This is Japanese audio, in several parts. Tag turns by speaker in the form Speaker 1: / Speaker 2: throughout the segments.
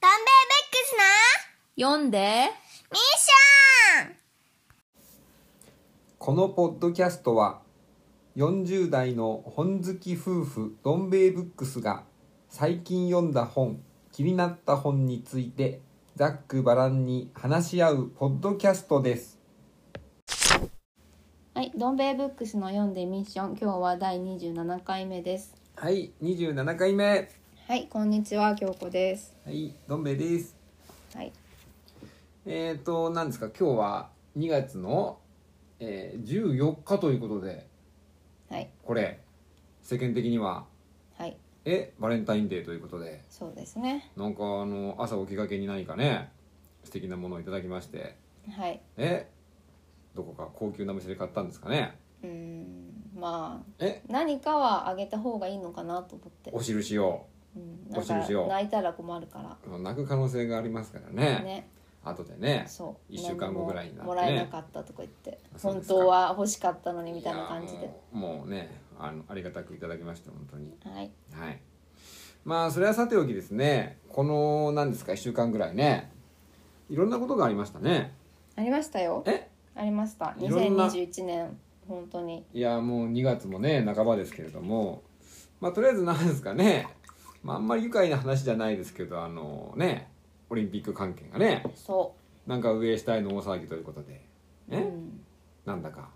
Speaker 1: ダンベー
Speaker 2: 読んで
Speaker 1: ベックスなミッション
Speaker 3: このポッドキャストは40代の本好き夫婦どん兵衛ブックスが最近読んだ本気になった本についてざっくばらんに話し合うポッドキャストです
Speaker 2: はい、どん兵衛ブックスの読んでミッション今日は第27回目です
Speaker 3: はい27回目
Speaker 2: はい、こんにちは、京子です
Speaker 3: はいどん兵衛です
Speaker 2: はい、
Speaker 3: えっ、ー、と何ですか今日は2月の、えー14日ということで
Speaker 2: はい、
Speaker 3: これ世間的には
Speaker 2: はい、
Speaker 3: えバレンタインデーということで
Speaker 2: そうですね
Speaker 3: なんかあの朝起きがけに何かね素敵なものをいただきまして
Speaker 2: はい、
Speaker 3: えどこか高級な店で買ったんですかね
Speaker 2: うーん、まあ
Speaker 3: え
Speaker 2: 何かはあげた方がいいのかなと思って
Speaker 3: お印を
Speaker 2: うん、なんか
Speaker 3: お印を
Speaker 2: 泣いたら困るから
Speaker 3: 泣く可能性がありますからね
Speaker 2: ね、
Speaker 3: 後でね
Speaker 2: そう
Speaker 3: 一週間後ぐらいになって
Speaker 2: も
Speaker 3: ね
Speaker 2: らえなかったとか言って
Speaker 3: そう
Speaker 2: 本
Speaker 3: ですか
Speaker 2: 当は欲しかったのにみたいな感じ
Speaker 3: い
Speaker 2: で
Speaker 3: やもうもうねあのありがたくいただきました本当に
Speaker 2: はい
Speaker 3: はいまあそれはさておきですねこの何ですか1週間ぐらいねいろんなことがありましたね
Speaker 2: ありましたよ
Speaker 3: え
Speaker 2: ありました
Speaker 3: いろんな
Speaker 2: 2021年本当に
Speaker 3: いやもう2月もね半ばですけれどもまあとりあえず何ですかね、まあ、あんまり愉快な話じゃないですけどあのねオリンピック関係がね
Speaker 2: そ
Speaker 3: なんか上下への大騒ぎということで
Speaker 2: う、う
Speaker 3: ね、
Speaker 2: ん、
Speaker 3: なんだか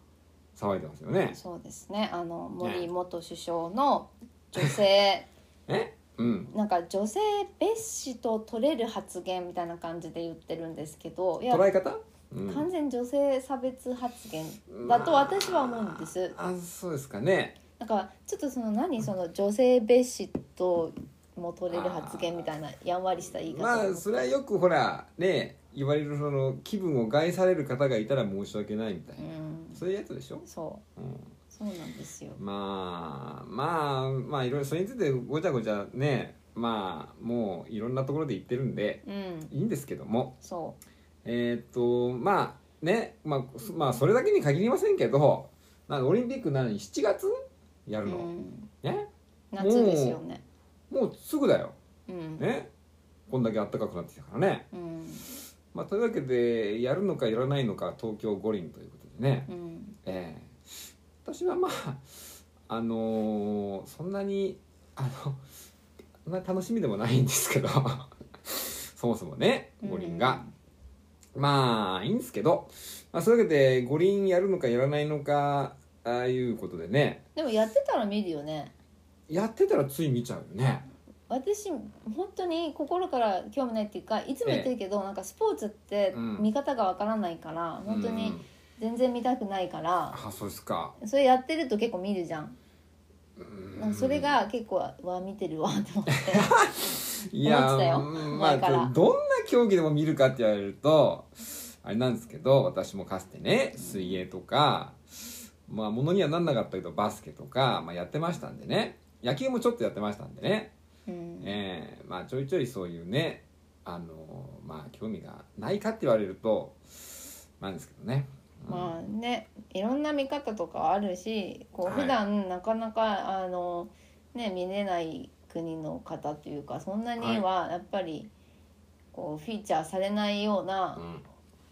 Speaker 3: 騒いでますよね
Speaker 2: そうですねあの
Speaker 3: ね
Speaker 2: 森元首相の女 性
Speaker 3: えうん
Speaker 2: なんか女性蔑視と取れる発言みたいな感じで言ってるんですけどいや
Speaker 3: 捉え方、うん
Speaker 2: 完全に女性差別発言だと私は思うんです
Speaker 3: あそうですかね
Speaker 2: なんかちょっとその何その女性蔑視とも取れる発言みたいなやんわりした言い方、
Speaker 3: まあそれはよくほらね言われるその気分を害される方がいたら申し訳ないみたいうな、
Speaker 2: ん
Speaker 3: そういうやつでしょ、
Speaker 2: そう
Speaker 3: うん
Speaker 2: そうなんですよ
Speaker 3: まあまあまあいろいろそれについてごちゃごちゃねまあもういろんなところで言ってるんで
Speaker 2: うん
Speaker 3: いいんですけども
Speaker 2: そ
Speaker 3: えーっとまあね、まあ、そまあそれだけに限りませんけどなんかオリンピックなのに7月や
Speaker 2: う、う
Speaker 3: るの、
Speaker 2: ん、
Speaker 3: ね
Speaker 2: 夏ですよね
Speaker 3: もうすぐだよ、
Speaker 2: うん、
Speaker 3: ね、こんだけ暖かくなってきたからね、
Speaker 2: うん
Speaker 3: まあ、というわけでやるのかやらないのか東京五輪ということでね、
Speaker 2: うん
Speaker 3: ええ私はまああのーそんなにあのそんな楽しみでもないんですけどそもそもね五輪が、まあいいんですけど、まあ、そういうわけで五輪やるのかやらないのかああいうことでね
Speaker 2: でもやってたら見るよね
Speaker 3: やってたらつい見ちゃうよね
Speaker 2: 私本当に心から興味ないっていうかいつも言ってるけど、なんかスポーツって
Speaker 3: うん
Speaker 2: 見方がわからないから、本当
Speaker 3: う
Speaker 2: に
Speaker 3: ん
Speaker 2: 全然見たくないから、
Speaker 3: あそうですか
Speaker 2: それやってると結構見るじゃん
Speaker 3: うん
Speaker 2: なんかそれが結構わ見てるわって思 って
Speaker 3: い
Speaker 2: 思
Speaker 3: や
Speaker 2: ってたよ
Speaker 3: うんまあ
Speaker 2: 前から
Speaker 3: どんな競技でも見るかって言われるとあれなんですけど私もかつてね水泳とかまあものにはなんなかったけどバスケとか、まあ、やってましたんでね野球もちょっとやってましたんでね、
Speaker 2: うん
Speaker 3: ええまあちょいちょいそういうねあのまあ興味がないかって言われるとなんですけどね、うん
Speaker 2: まあねいろんな見方とかあるしこ
Speaker 3: は
Speaker 2: う
Speaker 3: い
Speaker 2: 普段なかなか、あのね見れない国の方というかそんなにはやっぱりこうフィーチャーされないよう
Speaker 3: う
Speaker 2: なん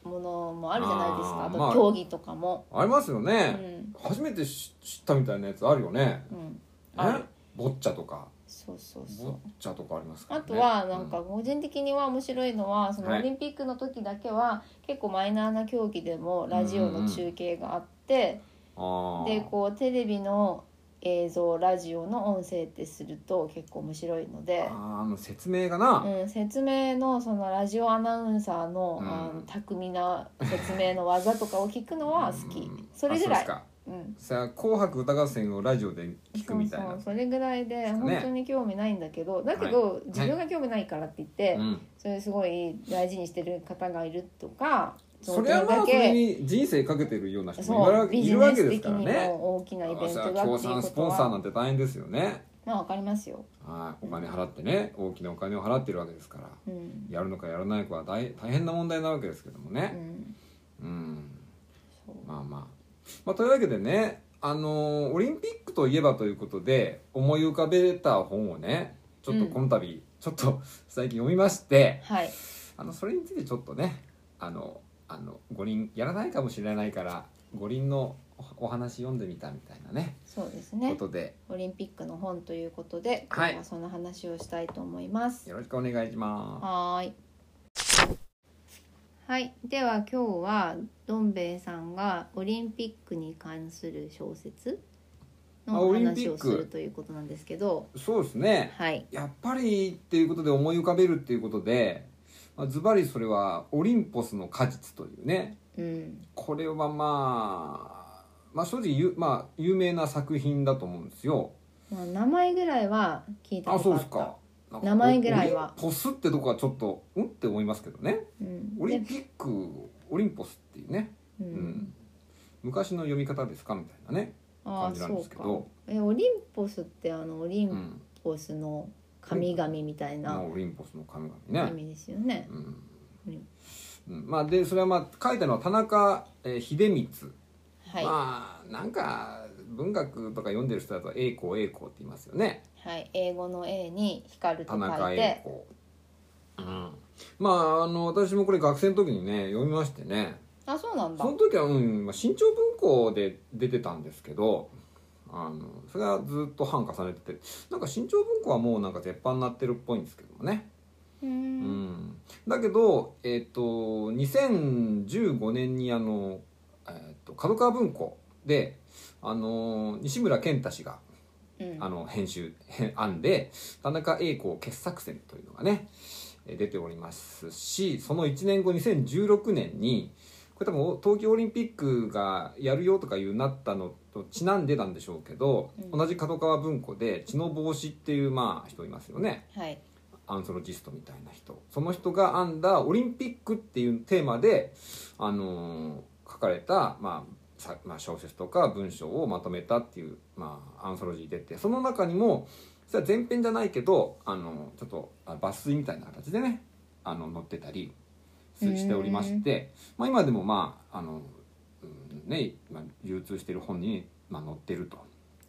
Speaker 2: ものもあるじゃないですか
Speaker 3: あー
Speaker 2: あと
Speaker 3: まあ
Speaker 2: 競技とかも、
Speaker 3: ありますよ
Speaker 2: う
Speaker 3: ね、
Speaker 2: ん
Speaker 3: 初めて知知ったみたいなやつあるよね
Speaker 2: うん、あ
Speaker 3: え
Speaker 2: る
Speaker 3: ボッチャとか
Speaker 2: そうそう
Speaker 3: ボッ
Speaker 2: そう
Speaker 3: チャとかありますから
Speaker 2: あ
Speaker 3: ね
Speaker 2: とはなんか個人的には面白いのはそのオ
Speaker 3: はい
Speaker 2: リンピックの時だけは結構マイナーな競技でもラジオの中継があって、
Speaker 3: あー
Speaker 2: でこうテレビの映像ラジオの音声ってすると結構面白いので、
Speaker 3: あーあの説明がな、
Speaker 2: うん、説明のそのラジオアナウンサーの,、
Speaker 3: うん
Speaker 2: あの巧みな説明の技とかを聞くのは好き、
Speaker 3: うん
Speaker 2: それぐら
Speaker 3: あ
Speaker 2: い
Speaker 3: そうですか
Speaker 2: う、ん、
Speaker 3: さあ「紅白歌合戦」をラジオで聞くみたいな
Speaker 2: そうそうそれぐらいで
Speaker 3: ですかね
Speaker 2: 本当に興味ないんだけど、だけど、
Speaker 3: はい
Speaker 2: 自分が興味ないからって言って、
Speaker 3: うん、
Speaker 2: それすごい大事にしてる方がいるとか
Speaker 3: それはま
Speaker 2: だ
Speaker 3: あそ
Speaker 2: け
Speaker 3: れに人生かけてるような人もいる
Speaker 2: そ
Speaker 3: わ
Speaker 2: う
Speaker 3: け
Speaker 2: ビ
Speaker 3: い
Speaker 2: ジ
Speaker 3: るわ
Speaker 2: ネ
Speaker 3: け
Speaker 2: ス
Speaker 3: で
Speaker 2: 的
Speaker 3: すから
Speaker 2: に
Speaker 3: ね
Speaker 2: も大きなイベン
Speaker 3: あ
Speaker 2: ト
Speaker 3: さ
Speaker 2: だ
Speaker 3: あ
Speaker 2: ってい
Speaker 3: 協
Speaker 2: う
Speaker 3: 賛ス
Speaker 2: こと
Speaker 3: ポンサーな
Speaker 2: は
Speaker 3: んて大変ですよね
Speaker 2: まあわかりますよ。
Speaker 3: はいお金払ってね大きなお金を払ってるわけですから
Speaker 2: うん
Speaker 3: やるのかやらないかは大大変な問題なわけですけども
Speaker 2: う
Speaker 3: ね
Speaker 2: ん
Speaker 3: うん
Speaker 2: そう
Speaker 3: まあまあ、まあ、というわけでねあのーオリンピックといえばということで思い浮かべた本をねちょっとこの度ちょっと最近読みまして
Speaker 2: はい
Speaker 3: あのそれについてちょっとねあのあの五輪やらないかもしれないから五輪のおお話読んでみたみたいなね
Speaker 2: そうです
Speaker 3: こ
Speaker 2: ね
Speaker 3: とで
Speaker 2: オリンピックの本ということで今
Speaker 3: はい
Speaker 2: 日はその話をしたいと思います
Speaker 3: よろしくお願いしま
Speaker 2: はーいはいでは今日はどん兵衛さんがオリンピックに関する小説
Speaker 3: あ
Speaker 2: の
Speaker 3: オリンピ
Speaker 2: 話
Speaker 3: ッ
Speaker 2: を
Speaker 3: ク
Speaker 2: するということなんですけど
Speaker 3: すそうですね
Speaker 2: はい
Speaker 3: やっぱりっていうことで思い浮かべるっていうことでまあズバリそれは「オリンポスの果実」というね
Speaker 2: うん
Speaker 3: これはまあ、まあ、正直ゆ、まあ、有名な作品だと思うんですよ。
Speaker 2: まあ、名前ぐらいは聞いた
Speaker 3: あ
Speaker 2: ことあ
Speaker 3: そうで
Speaker 2: っ
Speaker 3: す
Speaker 2: た
Speaker 3: か。なんか
Speaker 2: 名前ぐらいは
Speaker 3: オリポスってとこはちょっとうんって思いますけどね
Speaker 2: うん
Speaker 3: オリン
Speaker 2: で
Speaker 3: ピックオリンポスっていうね、
Speaker 2: う
Speaker 3: うん
Speaker 2: ん、
Speaker 3: 昔の読み方ですかみたいなね
Speaker 2: あ
Speaker 3: 感
Speaker 2: あ
Speaker 3: じなん
Speaker 2: そ
Speaker 3: で
Speaker 2: う
Speaker 3: すけ
Speaker 2: か
Speaker 3: ど
Speaker 2: えオリンポスってあのオリ
Speaker 3: う
Speaker 2: ン
Speaker 3: ん、
Speaker 2: ポスの神々みたいな
Speaker 3: まあオリンポスの神
Speaker 2: 意
Speaker 3: 々ね、
Speaker 2: 味ですよね
Speaker 3: うん
Speaker 2: うん
Speaker 3: うんまあ、でそれはまあ書いたのは田中、えー秀光、
Speaker 2: はい、
Speaker 3: まあなんか文学とか読んでる人だと栄光栄光って言いますよね
Speaker 2: はい、英語の A に光ると
Speaker 3: 田
Speaker 2: 書
Speaker 3: 中
Speaker 2: い
Speaker 3: 栄
Speaker 2: て
Speaker 3: 光、うん、まああの私もこれ学生の時にね読みましてね
Speaker 2: あそうなんだ
Speaker 3: その時は、うん、まあ新潮文庫で出てたんですけどあのそれはずっと版重ねててなんか新潮文庫はもうなんか絶版になってるっぽいんですけどもね、
Speaker 2: う
Speaker 3: うん
Speaker 2: ん
Speaker 3: だけど、えっと2015年にあの、えっと角川文庫であの西村健太氏が
Speaker 2: うん
Speaker 3: あの編集 編案で田中栄子傑作選というのがねえー出ておりますしその1年後2016年にこれ多分東京オリンピックがやるよとかいうなったのとちなんでなんでしょうけど、
Speaker 2: うん
Speaker 3: 同じ角川文庫で「血の防止」っていうまあ人いますよね
Speaker 2: はい
Speaker 3: アンソロジストみたいな人その人が編んだ「オリンピック」っていうテーマで、あのー書かれた、まあさまあ、小説とか文章をまとめたっていう、まあ、アンソロジー出てその中にもそれは前編じゃないけど、あのちょっとあ抜粋みたいな形でねあの載ってたりすしておりまして、まあ、今でもまああの、うんねまあ、流通している本に、まあ、載ってると。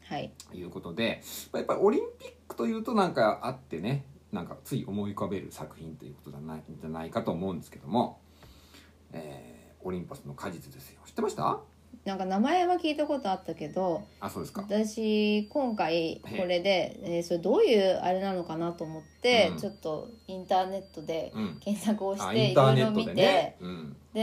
Speaker 2: はい
Speaker 3: ということで、まあ、やっぱりオリンピックというとなんかあってねなんかつい思い浮かべる作品ということじゃないじゃないかと思うんですけども、えーオリンパスの果実ですよ知ってました
Speaker 2: なんか名前は聞いたことあったけど
Speaker 3: あそうですか
Speaker 2: 私今回
Speaker 3: ええ
Speaker 2: これで、えーそれどういうあれなのかなと思って、
Speaker 3: うん
Speaker 2: ちょっとインターネットで
Speaker 3: うん
Speaker 2: 検索をし
Speaker 3: あ
Speaker 2: て
Speaker 3: イ
Speaker 2: い
Speaker 3: ンタ
Speaker 2: ろ
Speaker 3: ー
Speaker 2: い
Speaker 3: ネ
Speaker 2: ろ
Speaker 3: ッ
Speaker 2: 見
Speaker 3: ト
Speaker 2: てで,、
Speaker 3: でねう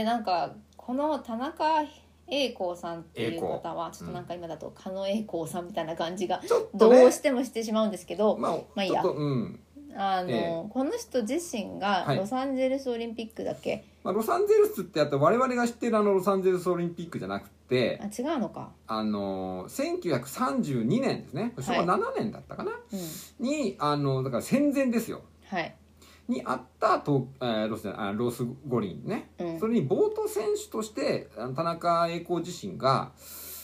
Speaker 3: ん
Speaker 2: なんかこの田中栄光さんってい
Speaker 3: 栄
Speaker 2: う
Speaker 3: 光
Speaker 2: 方はちょっとなんか今だと狩野栄光さんみたいな感じが
Speaker 3: ちょっと、
Speaker 2: ど
Speaker 3: ね、
Speaker 2: うしてもしてしまうんですけど、
Speaker 3: まあ、
Speaker 2: まあいい
Speaker 3: ちょ
Speaker 2: や
Speaker 3: っとうん、
Speaker 2: あの、
Speaker 3: ええ
Speaker 2: この人自身が
Speaker 3: はい
Speaker 2: ロサンゼルスオリンピックだっけ、
Speaker 3: まあ、ロサンゼルスってあと我々が知ってるあのロサンゼルスオリンピックじゃなくて
Speaker 2: あ違うのか、
Speaker 3: あのー1932年ですねこれ昭和7年だったかな、
Speaker 2: うん、
Speaker 3: にあのだから戦前ですよ
Speaker 2: はい、
Speaker 3: にあった東、えーロスじゃないあロス五輪ね、
Speaker 2: うん
Speaker 3: それにボート選手としてあの田中栄光自身が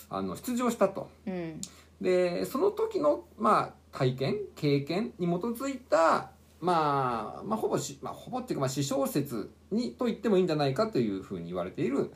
Speaker 3: あの出場したと
Speaker 2: うん、
Speaker 3: でその時の、まあ、体験経験に基づいた、まあ、まあほぼし、まあ、ほぼっていうか、まあ、私小説にと言ってもいいんじゃないかというふうに言われている、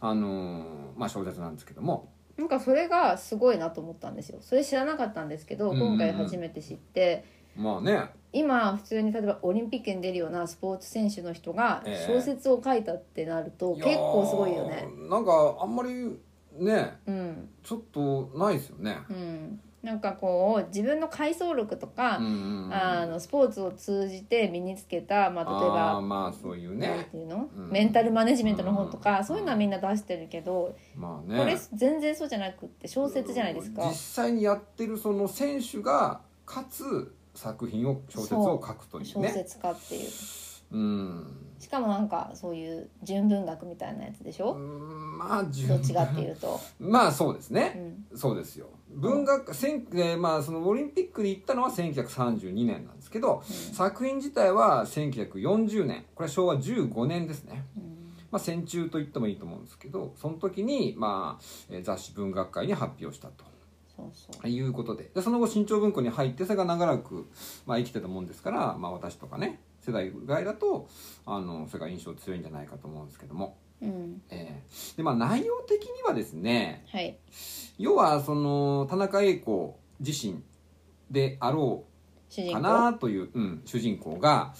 Speaker 3: あのーまあ、小説なんですけども
Speaker 2: なんかそれがすごいなと思ったんですよそれ知らなかったんですけど
Speaker 3: うんうんうん
Speaker 2: 今回初めて知って、
Speaker 3: まあね
Speaker 2: 今普通に例えばオリンピックに出るようなスポーツ選手の人が
Speaker 3: ええ
Speaker 2: 小説を書いたってなると結構すごいよ
Speaker 3: や
Speaker 2: ね、
Speaker 3: ーなんかあんまりね
Speaker 2: うん
Speaker 3: ちょっとないですよね。
Speaker 2: うんなんかこう自分の回想録とか、
Speaker 3: うんうんうん
Speaker 2: あのスポーツを通じて身につけた、まあ、例えば
Speaker 3: あーまあそういう
Speaker 2: なん
Speaker 3: ね
Speaker 2: ていうの、
Speaker 3: うん
Speaker 2: メンタルマネジメントの本とか、
Speaker 3: うん
Speaker 2: そういうのはみんな出してるけど、
Speaker 3: まあ
Speaker 2: これ
Speaker 3: ね
Speaker 2: 全然そうじゃなくって小説じゃないですか
Speaker 3: 実。際にやってるその選手がかつ作品を小説を書くという
Speaker 2: 小
Speaker 3: ね
Speaker 2: 説家っていうし
Speaker 3: うん
Speaker 2: かもなんかそういう純文学みたいなやつでし
Speaker 3: う
Speaker 2: ょ、
Speaker 3: んまあ自
Speaker 2: ど
Speaker 3: 分
Speaker 2: っちかっていうと、
Speaker 3: まあそうです
Speaker 2: う
Speaker 3: ね、
Speaker 2: ん
Speaker 3: そうですよ文学、せんえーまあそのオリンピックに行ったのは1932年なんですけど、作品自体は1940年これは昭和15年ですね
Speaker 2: うん
Speaker 3: まあ、戦中と言ってもいいと思うんですけどその時に、まあえー、雑誌文学界に発表したと
Speaker 2: そうそう
Speaker 3: いうことででその後新潮文庫に入ってそれが長らく、まあ、生きてたもんですから、まあ、私とかね世代外だとあのそれが印象強いんじゃないかと思うんですけども、
Speaker 2: うん
Speaker 3: えーでまあ、内容的にはですね
Speaker 2: はい
Speaker 3: 要はその田中栄子自身であろう
Speaker 2: 主人
Speaker 3: か
Speaker 2: 公
Speaker 3: なという、うん、主人公が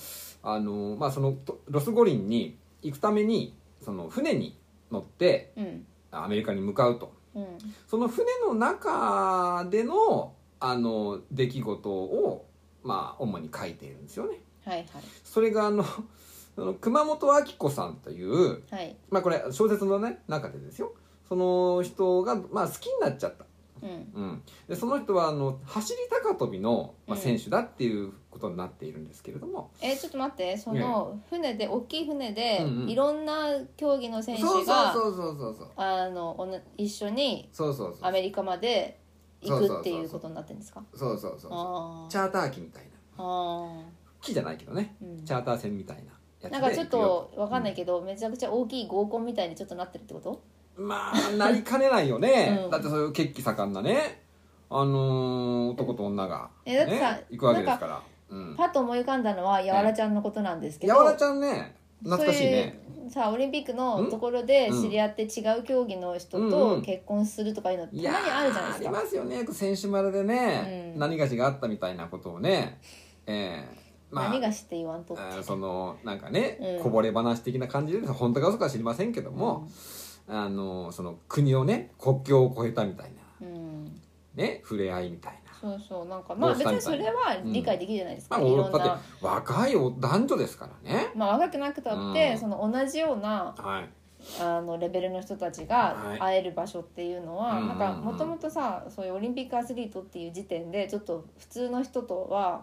Speaker 3: あの、まあ、そのとロス五輪に行くためにその船に乗って
Speaker 2: うん
Speaker 3: アメリカに向かうと
Speaker 2: うん
Speaker 3: その船の中でのあの出来事を、まあ、主に書いているんですよね。
Speaker 2: はいはい
Speaker 3: それがあの その熊本明子さんという、
Speaker 2: はい
Speaker 3: まあ、これ小説の、ね、中でですよその人が、まあ、好きになっちゃった。
Speaker 2: うん
Speaker 3: うん、でその人はあの走り高跳びの、まあ、
Speaker 2: うん
Speaker 3: 選手だっていうことになっているんですけれども、
Speaker 2: えーちょっと待ってその船で大きい船で、
Speaker 3: うんうん
Speaker 2: いろんな競技の選手が
Speaker 3: そうそうそうそうそうそう
Speaker 2: あのおな一緒に
Speaker 3: そうそうそ
Speaker 2: ア
Speaker 3: う
Speaker 2: メリカまで行くっていうことになってるんですか
Speaker 3: そうそうそうそ
Speaker 2: あ
Speaker 3: うチ
Speaker 2: ー
Speaker 3: ャーター機みたいな
Speaker 2: あ
Speaker 3: 機じゃないけどね
Speaker 2: ー、うん
Speaker 3: チャーター船みたいなやつで
Speaker 2: なんかちょっ
Speaker 3: 行
Speaker 2: とわかんないけど、めちゃくちゃ大きい合コンみたいにちょっとなってるってこと
Speaker 3: くよまあなりかねないよね、
Speaker 2: うん
Speaker 3: だってそういう血気盛んなねあのー男と女が、ね
Speaker 2: えだってさ
Speaker 3: 行くわけですからうん
Speaker 2: パッと思い浮かんだのはやわらちゃんのことなんですけ
Speaker 3: や
Speaker 2: ど、
Speaker 3: わらちゃんね懐かしいね
Speaker 2: そういうさオリンピックのところで知り合って違う競技の人
Speaker 3: うんう
Speaker 2: と
Speaker 3: ん
Speaker 2: 結婚するとかいうのたま
Speaker 3: い
Speaker 2: に
Speaker 3: やー
Speaker 2: あるじゃないです
Speaker 3: あり
Speaker 2: か
Speaker 3: ますよね選手村でね、
Speaker 2: うん
Speaker 3: 何がしがあったみたいなことをねえー、まあ
Speaker 2: 何が知って言わんとって
Speaker 3: あーそのなんかね、
Speaker 2: うん
Speaker 3: こぼれ話的な感じで本当か嘘か知りませんけども、あのその国をね国境を越えたみたいな
Speaker 2: うん、うん
Speaker 3: ね触れ合いみたいな。
Speaker 2: そうそうなんかまあ別にそれは理解できるじゃないです
Speaker 3: ま
Speaker 2: か、
Speaker 3: あ、
Speaker 2: い
Speaker 3: お
Speaker 2: ろん
Speaker 3: だっ
Speaker 2: な、
Speaker 3: て若いお男女ですからね。
Speaker 2: まあ、若くなくたって、
Speaker 3: うん
Speaker 2: その同じような
Speaker 3: はい。
Speaker 2: あのレベルの人たちが
Speaker 3: はい
Speaker 2: 会える場所っていうのは、
Speaker 3: うんうんう
Speaker 2: なんんかもともとさそういうオリンピックアスリートっていう時点でちょっと普通の人とは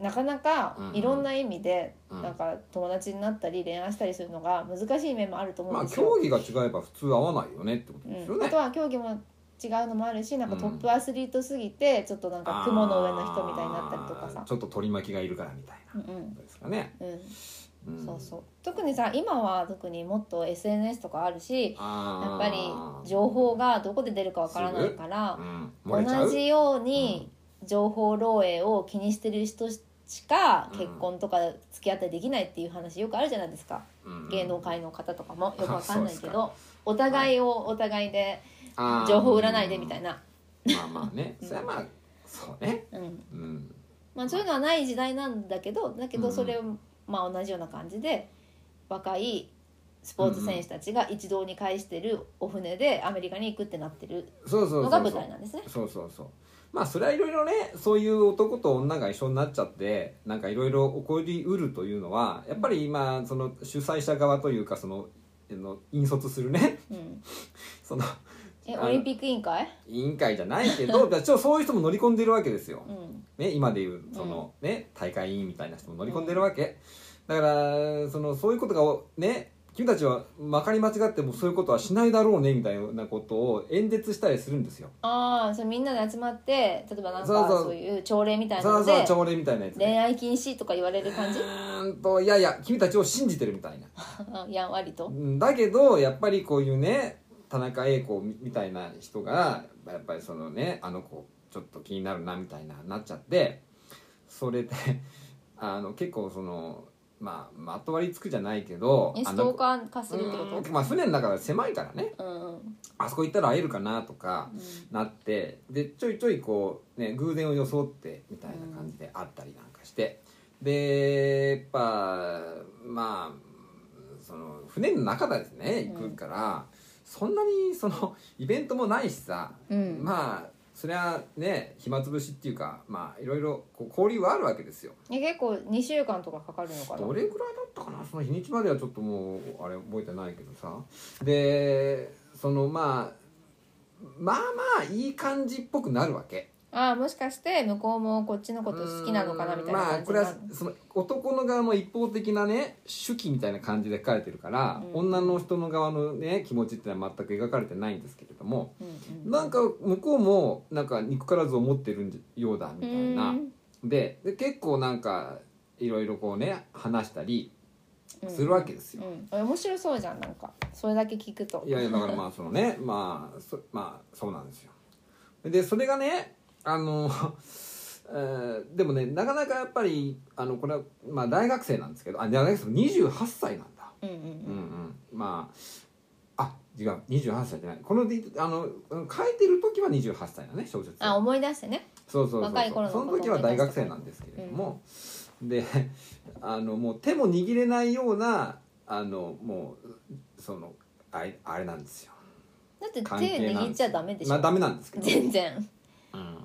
Speaker 2: なかなか
Speaker 3: うんうん
Speaker 2: いろんな意味で、
Speaker 3: うん
Speaker 2: なんか友達になったり恋愛したりするのが難しい面もあると思
Speaker 3: ま
Speaker 2: う
Speaker 3: あ
Speaker 2: んですよ。
Speaker 3: 競技が違えば普通合わないよねってことですよ
Speaker 2: うん、あ
Speaker 3: ね
Speaker 2: と。は競技も違うのもあるしなんかトップアスリートすぎてちょっとなんか雲の上の人みたいになったりとか
Speaker 3: あー
Speaker 2: さ
Speaker 3: ち。ょっと取り巻きがいるからみたいな
Speaker 2: う
Speaker 3: こ
Speaker 2: んうん
Speaker 3: とですかね。
Speaker 2: うん、
Speaker 3: うん
Speaker 2: そうそう特にさ今は特にもっと SNS とかあるしや
Speaker 3: あ
Speaker 2: っ
Speaker 3: ー
Speaker 2: ぱり情報がどこで出るかわからないから
Speaker 3: うん、漏れちゃ
Speaker 2: 同
Speaker 3: う
Speaker 2: じように情報漏洩を気にしてる人しか
Speaker 3: うん
Speaker 2: 結婚とか付き合ったりできないっていう話よくあるじゃないですか
Speaker 3: うん
Speaker 2: 芸能界の方とかもよくわかんないけ
Speaker 3: あそう
Speaker 2: どお互いをお互いで
Speaker 3: あー
Speaker 2: 情報売らないでみたいな、
Speaker 3: まあまあね、
Speaker 2: うん
Speaker 3: それはまあそうね、
Speaker 2: うん
Speaker 3: うん、
Speaker 2: まあ、そういうのはない時代なんだけどだけ
Speaker 3: う
Speaker 2: ど
Speaker 3: ん
Speaker 2: それをまあ同じような感じで若いスポーツ選手たちが一堂に会してるお船でアメリカに行くってなってる
Speaker 3: そうそう
Speaker 2: の
Speaker 3: そ
Speaker 2: が
Speaker 3: う
Speaker 2: 舞
Speaker 3: そう
Speaker 2: 台なんですね。
Speaker 3: そうそうそうまあそれはいろいろねそういう男と女が一緒になっちゃってなんかいろいろ起こりうるというのはやっぱり今その主催者側というかそのあの引率するね
Speaker 2: うん
Speaker 3: その
Speaker 2: え
Speaker 3: あの
Speaker 2: オリンピック委員会、
Speaker 3: 委員会じゃないけ どだから一応そういう人も乗り込んでるわけですよ、
Speaker 2: うん
Speaker 3: ね、今でいうその、ね、大会委員みたいな人も乗り込んでるわけ、だからそのそういうことがね君たちはまかり間違ってもそういうことはしないだろうねみたいなことを演説したりするんですよ。
Speaker 2: ああそれみんなで集まって例えばなんか
Speaker 3: そうそう
Speaker 2: そういう朝礼みたいな
Speaker 3: そう
Speaker 2: の
Speaker 3: そう
Speaker 2: で
Speaker 3: 朝礼みたいなやつ、
Speaker 2: 恋
Speaker 3: ね、
Speaker 2: 愛禁止とか言われる感じ
Speaker 3: うーんといやいや君たちを信じてるみたいな。
Speaker 2: やんわりと
Speaker 3: うんだけどやっぱりこういうね田中栄子みたいな人がやっぱりそのねあの子ちょっと気になるなみたいななっちゃってそれで あの結構そのまあまとわりつくじゃないけど
Speaker 2: え
Speaker 3: あ
Speaker 2: ス
Speaker 3: の
Speaker 2: トー
Speaker 3: 子
Speaker 2: カー化するってこ
Speaker 3: うんまあ船の中が狭いからね
Speaker 2: とうんうん
Speaker 3: あそこ行ったら会えるかなとか
Speaker 2: うん
Speaker 3: なってでちょいちょいこうね偶然を装ってみたいな感じで会ったりなんかして、でやっぱまあその船の中だですね行くから、そんなにそのイベントもないしさ、
Speaker 2: うん
Speaker 3: まあそれはね暇つぶしっていうかまあいろいろこう交流はあるわけですよ。
Speaker 2: え結構2週間とかかかるのかな
Speaker 3: どれぐらいだったかなその日にちまではちょっともうあれ覚えてないけどさでそのまあまあまあいい感じっぽくなるわけ
Speaker 2: ああもしかして向こうもこっちのこと好きなのかなみたいな
Speaker 3: まあ
Speaker 2: 感じ
Speaker 3: こ
Speaker 2: に
Speaker 3: れ
Speaker 2: な
Speaker 3: は
Speaker 2: る
Speaker 3: その男の側の一方的なね手記みたいな感じで書かれてるから、
Speaker 2: うん
Speaker 3: 女の人の側のね気持ちってのは全く描かれてないんですけれども
Speaker 2: うんうん
Speaker 3: なんか向こうもなんか憎からず思ってるんじゃようだみたいな
Speaker 2: うん
Speaker 3: でで結構なんかいろいろこうね話したり
Speaker 2: うん
Speaker 3: するわけですよ
Speaker 2: うん面白そうじゃんなんかそれだけ聞くと
Speaker 3: いやいやだからまあそ のねまあそまあそうなんですよでそれがねあの、 えーでもねなかなかやっぱりあのこれは、まあ、大学生なんですけどあ大学生28歳なんだ
Speaker 2: うんう
Speaker 3: うん
Speaker 2: ん
Speaker 3: うんまああ違う28歳じゃないこのあの書いてる時は28歳だね小説
Speaker 2: あ思い出してね
Speaker 3: そうそうそう
Speaker 2: 若い頃のこ
Speaker 3: そ
Speaker 2: と
Speaker 3: の時は大学生なんですけれども、であのもう手も握れないようなあのもうそのあれあれなんですよ
Speaker 2: だって手
Speaker 3: 関係なん
Speaker 2: 握っちゃダメでしょ、
Speaker 3: まあダメなんですけど、
Speaker 2: 全然
Speaker 3: うん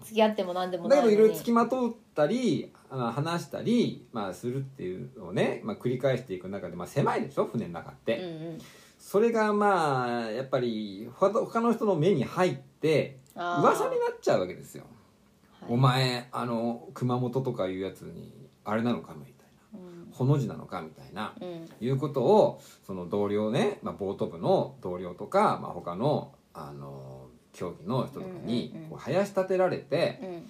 Speaker 2: 付き合っても何でも
Speaker 3: だ
Speaker 2: な
Speaker 3: け
Speaker 2: いの
Speaker 3: ど
Speaker 2: に
Speaker 3: いろいろつきまとったりあ話したり、まあ、するっていうのをね、まあ、繰り返していく中で、まあ、狭いでしょ船の中って、
Speaker 2: うんうん
Speaker 3: それがまあやっぱりほか他の人の目に入って
Speaker 2: あー
Speaker 3: 噂になっちゃうわけですよ
Speaker 2: はい
Speaker 3: お前あの熊本とかいうやつにあれなのかみたいな
Speaker 2: うん
Speaker 3: ほの字なのかみたいな
Speaker 2: うん
Speaker 3: いうことをその同僚ね、まあ、ボート部の同僚とか、まあ、他のあの競技の人とかに
Speaker 2: うんうんうん
Speaker 3: こう林立てられて
Speaker 2: うん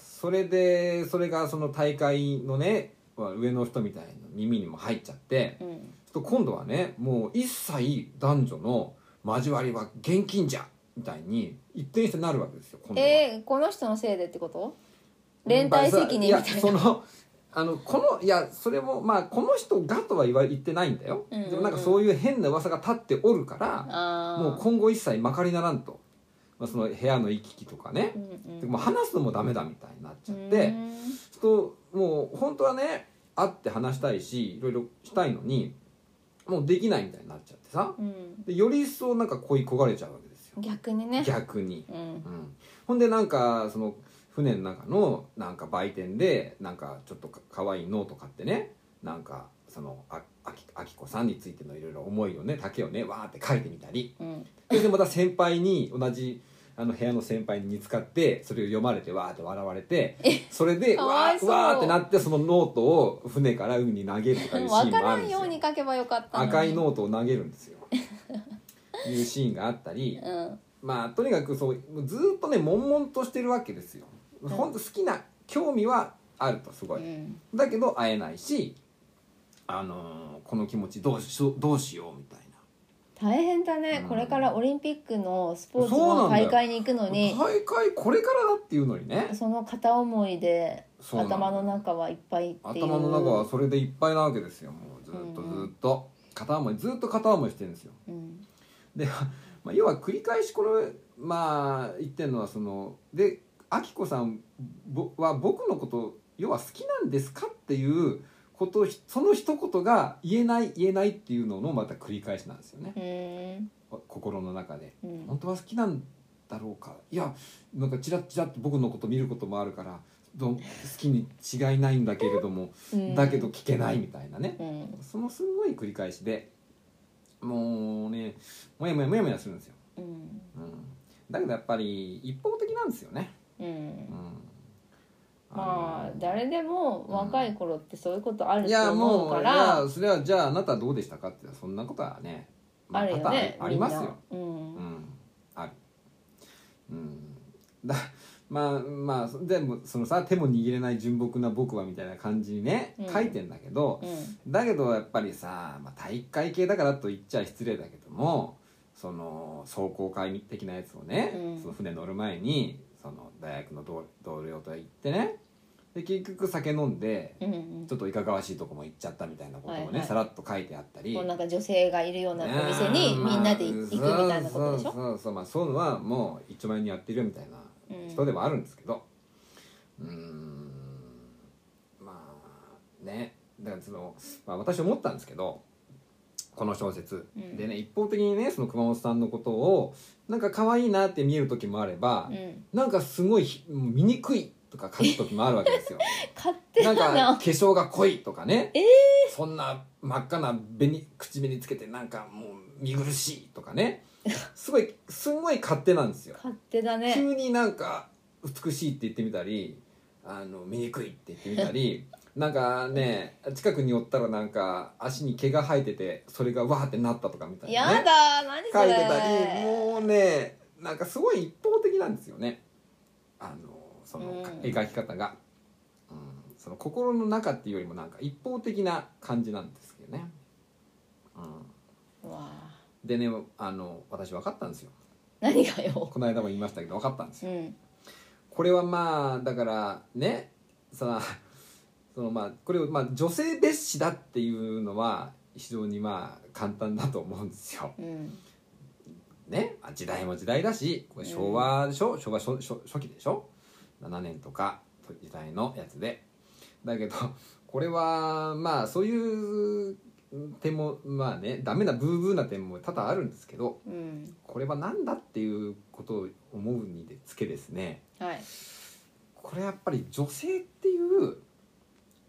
Speaker 3: それでそれがその大会のねまあ上の人みたいな耳にも入っちゃって
Speaker 2: うん
Speaker 3: ちょっと今度はねもう一切男女の交わりは厳禁じゃみたいに一転してなるわけですよ今度は。
Speaker 2: えー、この人のせいでってこと連帯責任みたい
Speaker 3: や
Speaker 2: な
Speaker 3: そのあのこのいやそれもまあこの人がとは言わ言ってないんだよ、
Speaker 2: うんうんうん
Speaker 3: でもなんかそういう変な噂が立っておるから
Speaker 2: あー
Speaker 3: もう今後一切まかりならんと、まあ、その部屋の行き来とかね
Speaker 2: う、ん
Speaker 3: で
Speaker 2: うん
Speaker 3: もう話すのもダメだみたいになっちゃって、
Speaker 2: う
Speaker 3: ち
Speaker 2: ん
Speaker 3: ょっともう本当はね会って話したいしいろいろしたいのにもうできないみたいになっちゃってさ
Speaker 2: うん
Speaker 3: でより一層なんか恋焦がれちゃうわけですよ
Speaker 2: 逆にね
Speaker 3: 逆に。
Speaker 2: うん
Speaker 3: うん、ほんでなんかその船の中のなんか売店でなんかちょっとか可愛いノート買ってねなんかそのああきあきこさんについてのいろいろ思いをね竹をねわーって書いてみたり
Speaker 2: うん
Speaker 3: それでまた先輩に同じあの部屋の先輩に見つかってそれを読まれてわーって笑われてそれで
Speaker 2: か
Speaker 3: わ
Speaker 2: わい
Speaker 3: ー
Speaker 2: そう
Speaker 3: わーってなってそのノートを船から海に投げるとかいうシー
Speaker 2: 分
Speaker 3: ン
Speaker 2: か
Speaker 3: もあ
Speaker 2: ら
Speaker 3: る
Speaker 2: ん
Speaker 3: んです
Speaker 2: よ
Speaker 3: よ
Speaker 2: うに書けばよかったのに
Speaker 3: 赤いノートを投げるんですよいうシーンがあったり
Speaker 2: うん
Speaker 3: まあとにかくそうずーっとね悶々としてるわけですよ。
Speaker 2: ん
Speaker 3: 本当好きな興味はあるとすご
Speaker 2: う
Speaker 3: い。
Speaker 2: ん
Speaker 3: だけど会えないし、あのーこの気持ちどうしようどうしようみたい
Speaker 2: 大変だね、
Speaker 3: うん
Speaker 2: これからオリンピックのスポーツ
Speaker 3: そうな
Speaker 2: の
Speaker 3: んだよ
Speaker 2: 大会に行くのに
Speaker 3: な。大会これからだっていうのにね
Speaker 2: そ。の片思いで
Speaker 3: そうな
Speaker 2: 頭の
Speaker 3: の
Speaker 2: 中はいっぱいっていう
Speaker 3: 頭の中はそれでいっぱいなわけですよ。もうずーっとず
Speaker 2: うんうん
Speaker 3: ーっと片思いずーっと片思いしてるんですよ。
Speaker 2: うん
Speaker 3: で、 まあ、要は繰り返しこれまあ言ってるのはそのであきこさんぼは僕のこと要は好きなんですかっていうことをひその一言が言えない言えないっていうののまた繰り返しなんですよね
Speaker 2: うーん
Speaker 3: 心の中で
Speaker 2: うん
Speaker 3: 本当は好きなんだろうかいやなんかチラッチラッと僕のこと見ることもあるからど好きに違いないんだけれども
Speaker 2: うん
Speaker 3: だけど聞けないみたいなね
Speaker 2: うん
Speaker 3: そのすごい繰り返しでもうねもやもやもやもやするんですよ
Speaker 2: うん
Speaker 3: うんだけどやっぱり一方的なんですよね。
Speaker 2: う
Speaker 3: うん
Speaker 2: ん、
Speaker 3: あ
Speaker 2: まあ
Speaker 3: の
Speaker 2: 誰でも若い頃ってそういうことある
Speaker 3: い
Speaker 2: と
Speaker 3: や
Speaker 2: 思う
Speaker 3: もう
Speaker 2: か
Speaker 3: い
Speaker 2: ら、
Speaker 3: やそれはじゃああなたはどうでしたかってそんなことはね、ま
Speaker 2: あるよ
Speaker 3: 多々
Speaker 2: ね
Speaker 3: あります
Speaker 2: みん
Speaker 3: よ
Speaker 2: な。うん
Speaker 3: うんある。うんだまあまあでもそのさ手も握れない純朴な僕はみたいな感じにね
Speaker 2: うん
Speaker 3: 書いてんだけど、
Speaker 2: うん
Speaker 3: だけどやっぱりさ、まあ、体育会系だからと言っちゃ失礼だけどもその壮行会的なやつをね、
Speaker 2: うん
Speaker 3: その船乗る前にその大学の同同僚と行ってねで結局酒飲んで
Speaker 2: うんうん
Speaker 3: ちょっといかがわしいとこも行っちゃったみたいなこともね、
Speaker 2: はいはい
Speaker 3: さらっと書いてあったり
Speaker 2: もうなんか女性がいるようなお店に
Speaker 3: ねえ
Speaker 2: みんなで行くみたいなことでしょ
Speaker 3: そうそうそうそうまあそういうのはもう一丁前にやってるよみたいな人でもあるんですけどうーんまあねだからその、まあ、私思ったんですけどこの小説、
Speaker 2: うん
Speaker 3: でね一方的にねその熊本さんのことをなんか可愛いなって見える時もあれば
Speaker 2: う、ん
Speaker 3: なんかすごいひもう醜いとか書く時もあるわけですよ。
Speaker 2: 勝手
Speaker 3: なん
Speaker 2: だ
Speaker 3: か
Speaker 2: な
Speaker 3: 化粧が濃いとかね、
Speaker 2: えー
Speaker 3: そんな真っ赤な紅口紅つけてなんかもう見苦しいとかねすごいすごい勝手なんですよ。
Speaker 2: 勝手だね
Speaker 3: 急になんか美しいって言ってみたりあの醜いって言ってみたりなんかね近くに寄ったらなんか足に毛が生えててそれがわーってなったとかみたい
Speaker 2: や
Speaker 3: な、ね、
Speaker 2: だ何そ
Speaker 3: 書い
Speaker 2: れ
Speaker 3: てたりもうねなんかすごい一方的なんですよねあのその
Speaker 2: うん
Speaker 3: 描き方が、うん、その心の中っていうよりもなんか一方的な感じなんですけどね、う
Speaker 2: うわあ
Speaker 3: ん、でねあの私分かったんですよ
Speaker 2: 何がよ
Speaker 3: この間も言いましたけど分かったんですよ
Speaker 2: うん
Speaker 3: これはまあだからねさあ そのまあこれをまあ女性蔑視だっていうのは非常にまあ簡単だと思うんですよ。
Speaker 2: うん
Speaker 3: ね、あ時代も時代だしこれ昭和でしょ、昭和初初初期でしょ7年とか時代のやつでだけどこれはまあそういう点もまあねダメなブーブーな点も多々あるんですけど
Speaker 2: うん
Speaker 3: これは何だっていうことを思うにつけですね
Speaker 2: はい
Speaker 3: これやっぱり女性っていう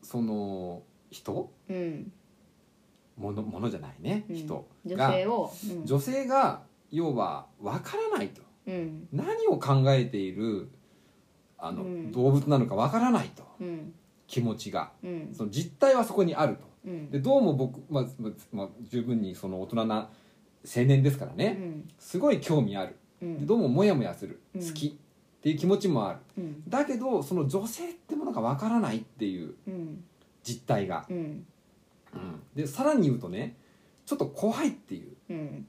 Speaker 3: その人
Speaker 2: うん
Speaker 3: ものものじゃないね
Speaker 2: うん
Speaker 3: 人が、
Speaker 2: 女性をうん
Speaker 3: 女性が要は分からないと
Speaker 2: うん
Speaker 3: 何を考えているあの、
Speaker 2: うん
Speaker 3: 動物なのか分からないと
Speaker 2: うん
Speaker 3: 気持ちが
Speaker 2: うん
Speaker 3: その実態はそこにあると
Speaker 2: うん
Speaker 3: でどうも僕、まあまあまあ、十分にその大人な青年ですから
Speaker 2: う
Speaker 3: ね、
Speaker 2: ん
Speaker 3: すごい興味ある
Speaker 2: うん
Speaker 3: でどうもモヤモヤする、
Speaker 2: うん
Speaker 3: 好きっていう気持ちもある
Speaker 2: うん
Speaker 3: だけどその女性ってものが分からないっていう
Speaker 2: うん
Speaker 3: 実態が、
Speaker 2: うん
Speaker 3: うんでさらに言うとねちょっと怖いっていう
Speaker 2: うん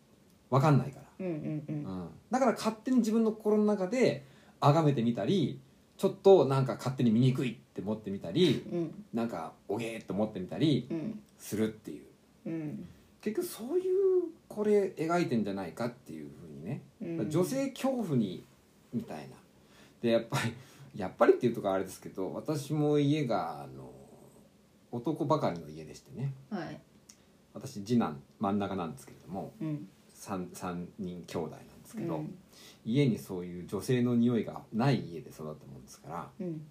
Speaker 3: 分かんないから。
Speaker 2: うんうんうん
Speaker 3: だから勝手に自分の心の中で崇めてみたりちょっとなんか勝手に醜いって思ってみたり
Speaker 2: うん
Speaker 3: なんかおげーって思ってみたり
Speaker 2: うん
Speaker 3: するっていう
Speaker 2: うん
Speaker 3: 結局そういうこれ描いてんじゃないかっていうふうにね
Speaker 2: うん
Speaker 3: 女性恐怖にみたいなでやっぱりやっぱりっていうとかあれですけど私も家があの男ばかりの家でしてね
Speaker 2: はい
Speaker 3: 私次男真ん中なんですけれども
Speaker 2: うん
Speaker 3: 3, 三人兄弟なんです
Speaker 2: う
Speaker 3: けど。
Speaker 2: ん
Speaker 3: 家にそういう女性の匂いがない家で育ったもんですから
Speaker 2: うん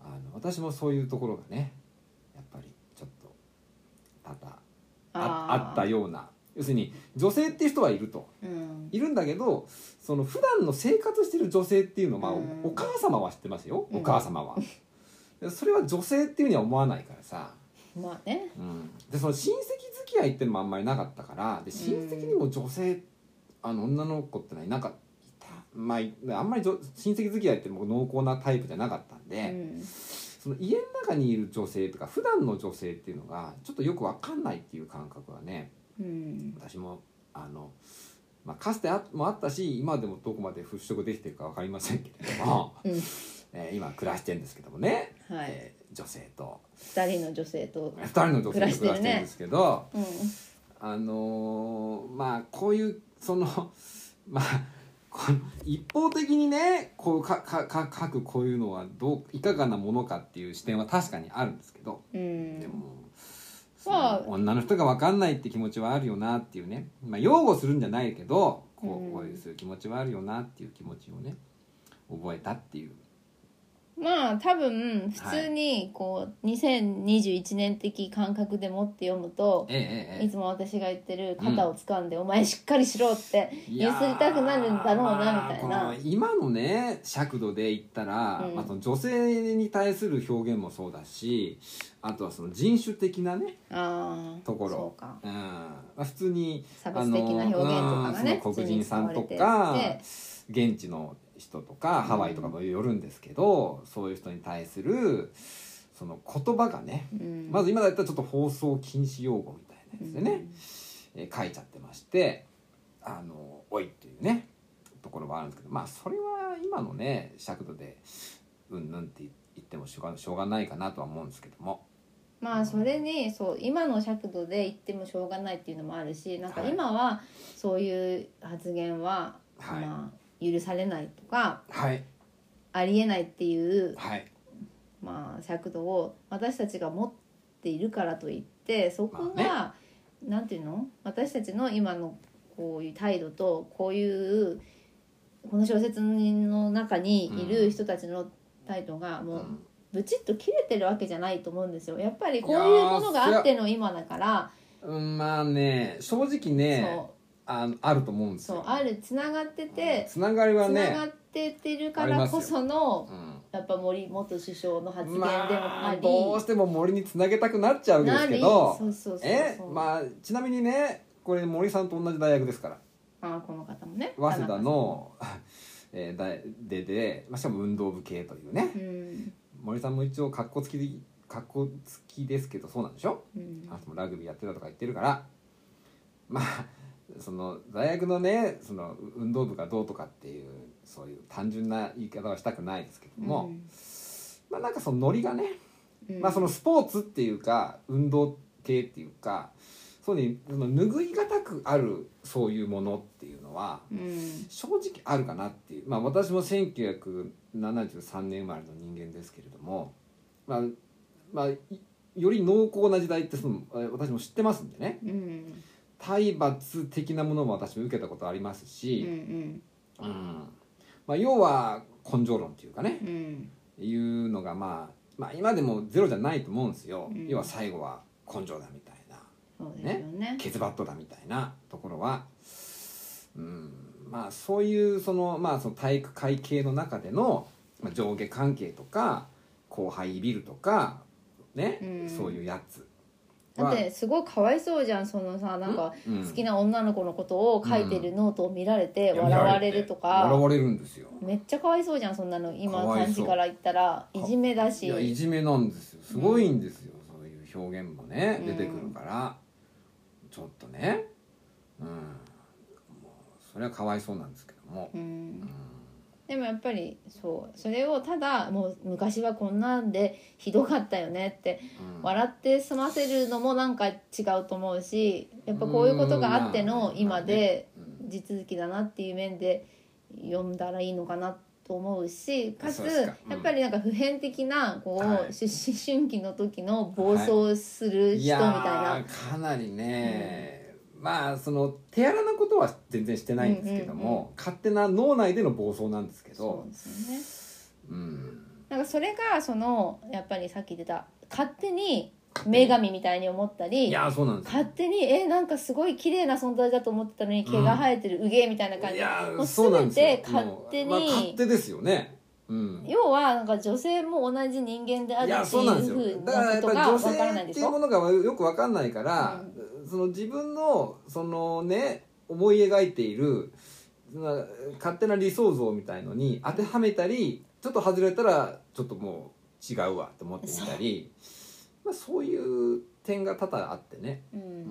Speaker 3: あの私もそういうところがねやっぱりちょっと多々ああ
Speaker 2: ー
Speaker 3: ったような要するに女性っていう人はいると
Speaker 2: うん
Speaker 3: いるんだけどその普段の生活してる女性っていうのは、まあ
Speaker 2: うん
Speaker 3: おお母様は知ってますよ
Speaker 2: うん
Speaker 3: お母様は、でそれは女性っていうには思わないからさ、
Speaker 2: まあね
Speaker 3: うん、でその親戚付き合いっていうのもあんまりなかったからで親戚にも女性、あの女の子ってのはいなかった、まあい、あんまりじょ親戚付き合いってもう濃厚なタイプじゃなかったん
Speaker 2: う
Speaker 3: で、
Speaker 2: ん
Speaker 3: その家の中にいる女性とか普段の女性っていうのがちょっとよくわかんないっていう感覚はね
Speaker 2: うん
Speaker 3: 私もあの、まあ、かつてあもあったし今でもどこまで払拭できてるかわかりませんけれども、
Speaker 2: うん
Speaker 3: えー今暮らしてるんですけどもね、
Speaker 2: はい
Speaker 3: えー女性と
Speaker 2: 二人の女性と
Speaker 3: 2人の女性と暮らしてるんですけど。
Speaker 2: うん
Speaker 3: あのーまあこういうその まあこの一方的にねこうかかか書くこういうのはどういかがなものかっていう視点は確かにあるんですけど、
Speaker 2: うん
Speaker 3: でも、そ
Speaker 2: まあ
Speaker 3: の女の人が分かんないって気持ちはあるよなっていうね、まあ、擁護するんじゃないけどこ
Speaker 2: うん
Speaker 3: うこういうそういう気持ちはあるよなっていう気持ちをね覚えたっていう
Speaker 2: まあ多分普通にこう2021年的感覚でもって読むと、
Speaker 3: えええええ
Speaker 2: いつも私が言ってる肩を掴んで、お前しっかりしろって
Speaker 3: いや
Speaker 2: ゆ
Speaker 3: ー
Speaker 2: すりたくなるんだろうな
Speaker 3: まあ
Speaker 2: みたいな、
Speaker 3: この今のね尺度で言ったら、
Speaker 2: うん
Speaker 3: まあ、その女性に対する表現もそうだしあとはその人種的なね、
Speaker 2: ああ
Speaker 3: ところ
Speaker 2: そうか
Speaker 3: うんまあ、普通に
Speaker 2: 差別的な表現とかがね
Speaker 3: あのうんその黒人さんと
Speaker 2: 普通に使わ
Speaker 3: か
Speaker 2: れてて
Speaker 3: 現地の人とかハワイとかもよるんですけど、そういう人に対するその言葉がね
Speaker 2: うん
Speaker 3: まず今だったらちょっと放送禁止用語みたいなやつでね、えー書いちゃってまして「あのおい」っていうねところもあるんですけどまあそれは今のね尺度でうんぬんって言ってもしょうがしょうがないかなとは思うんですけども
Speaker 2: まあそれにそう今の尺度で言ってもしょうがないっていうのもあるしなんか今はそういう発言は、
Speaker 3: はい
Speaker 2: まあ、許されないとか
Speaker 3: はい
Speaker 2: ありえないっていう、
Speaker 3: はい
Speaker 2: まあ、尺度を私たちが持っているからといってそこが、
Speaker 3: ま
Speaker 2: なんていうの私たちの今のこういう態度とこういうこの小説の中にいる人たちの態度がもうブチッと切れてるわけじゃないと思うんですよやっぱりこういうものがあっての今だから
Speaker 3: うん、うんまあね正直ね
Speaker 2: そ
Speaker 3: あのあると思うん
Speaker 2: う
Speaker 3: です
Speaker 2: そう
Speaker 3: よ。
Speaker 2: あるつながってて
Speaker 3: つながり
Speaker 2: つ
Speaker 3: は
Speaker 2: なが
Speaker 3: ね、
Speaker 2: ってってるか
Speaker 3: あり
Speaker 2: ら
Speaker 3: ますよ
Speaker 2: こその
Speaker 3: うん
Speaker 2: やっぱ森元首相の発言でも
Speaker 3: ま
Speaker 2: あ
Speaker 3: あ
Speaker 2: り、
Speaker 3: どうしても森につなげたくなっちゃうわけで
Speaker 2: な
Speaker 3: すけ
Speaker 2: り
Speaker 3: ど
Speaker 2: そうそうそうそう
Speaker 3: えまあちなみにねこれ森さんと同じ大学ですから
Speaker 2: あこの方もね
Speaker 3: 早稲田の、 えー、だでで、まあ、しかも運動部系というね
Speaker 2: 田中さんうん
Speaker 3: 森さんも一応格好つきで格好つきですけどそうなんでしょ
Speaker 2: うん
Speaker 3: あなたもラグビーやってたとか言ってるからまあその大学のねその運動部がどうとかっていうそういう単純な言い方はしたくないですけども、まあなんかそのノリがね、
Speaker 2: うん
Speaker 3: まあそのスポーツっていうか運動系っていうかそうねその拭い難くあるそういうものっていうのは
Speaker 2: うん
Speaker 3: 正直あるかなっていうまあ私も1973年生まれの人間ですけれどもまあまあいより濃厚な時代ってそのえ私も知ってますんでね
Speaker 2: うん
Speaker 3: 体罰的なものも私も受けたことあります
Speaker 2: うんう
Speaker 3: し、
Speaker 2: ん
Speaker 3: うんまあ、要は根性論っていうかね
Speaker 2: うん
Speaker 3: いうのが、まあ、まあ今でもゼロじゃないと思うんですよ、
Speaker 2: うん
Speaker 3: 要は最後は根性だみたいな
Speaker 2: そうですよね
Speaker 3: ケツバットだみたいなところは、うん、まあそういうその,、まあ、その体育会系の中での、まあ、上下関係とか後輩いびるとか、ね
Speaker 2: うん
Speaker 3: そういうやつ
Speaker 2: だってすごいかわいそうじゃんそのさなんか好き
Speaker 3: な
Speaker 2: な女の子のことを書いてるノートを見られて笑われると
Speaker 3: 笑
Speaker 2: か
Speaker 3: われるんですよ
Speaker 2: めっちゃかわいそうじゃんそんなの今
Speaker 3: かわいそう
Speaker 2: 3時から言ったらいじめだし
Speaker 3: いやいじめなんですよすごいんですよ、そういう表現もね
Speaker 2: うん
Speaker 3: 出てくるから、ちょっとねうんもうそれはかわいそうなんですけども、
Speaker 2: う
Speaker 3: うんん
Speaker 2: でもやっぱりそうそれをただもう昔はこんなんでひどかったよねって
Speaker 3: うん
Speaker 2: 笑って済ませるのもなんか違うと思うしやっぱこういうことがあって
Speaker 3: う
Speaker 2: の
Speaker 3: ん
Speaker 2: 今で
Speaker 3: うん
Speaker 2: 地続きだなっていう面で読んだらいいのかなと思うしかつ
Speaker 3: そうですかうん
Speaker 2: やっぱりなんか普遍的なこう
Speaker 3: はい
Speaker 2: 思春期の時の暴走する人みたい
Speaker 3: いや
Speaker 2: な
Speaker 3: ーかなりね、まあその手荒なことは全然してないんですけども、
Speaker 2: うんうん
Speaker 3: 勝手な脳内での暴走なんですけ
Speaker 2: そ
Speaker 3: ど
Speaker 2: うですよね
Speaker 3: うん
Speaker 2: なんかそれがそのやっぱりさっき言ってた勝手に女神みたいに思ったり
Speaker 3: いやーそうなんですよ
Speaker 2: 勝手にえなんかすごい綺麗な存在だと思ってたのに毛が生えてるうげえみたいな感
Speaker 3: い
Speaker 2: じ、
Speaker 3: や
Speaker 2: も
Speaker 3: ー
Speaker 2: う
Speaker 3: そうなんですよ
Speaker 2: 全て勝手に
Speaker 3: もうまあ勝手ですよねうん
Speaker 2: 要はなんか女性も同じ人間であ
Speaker 3: い
Speaker 2: る
Speaker 3: や
Speaker 2: ってい
Speaker 3: そううなんですよ
Speaker 2: ふう
Speaker 3: だから
Speaker 2: な
Speaker 3: やっ
Speaker 2: こと
Speaker 3: ぱり
Speaker 2: が
Speaker 3: 女
Speaker 2: わからな
Speaker 3: 性
Speaker 2: い
Speaker 3: っ
Speaker 2: で
Speaker 3: て
Speaker 2: し
Speaker 3: いうも
Speaker 2: ょ
Speaker 3: のがよくわかんないから、その自分のそのね思い描いているその勝手な理想像みたいのに当てはめたりちょっと外れたらちょっともう違うわと思ってみたりまあ、そういう点が多々あってね、
Speaker 2: うん
Speaker 3: うん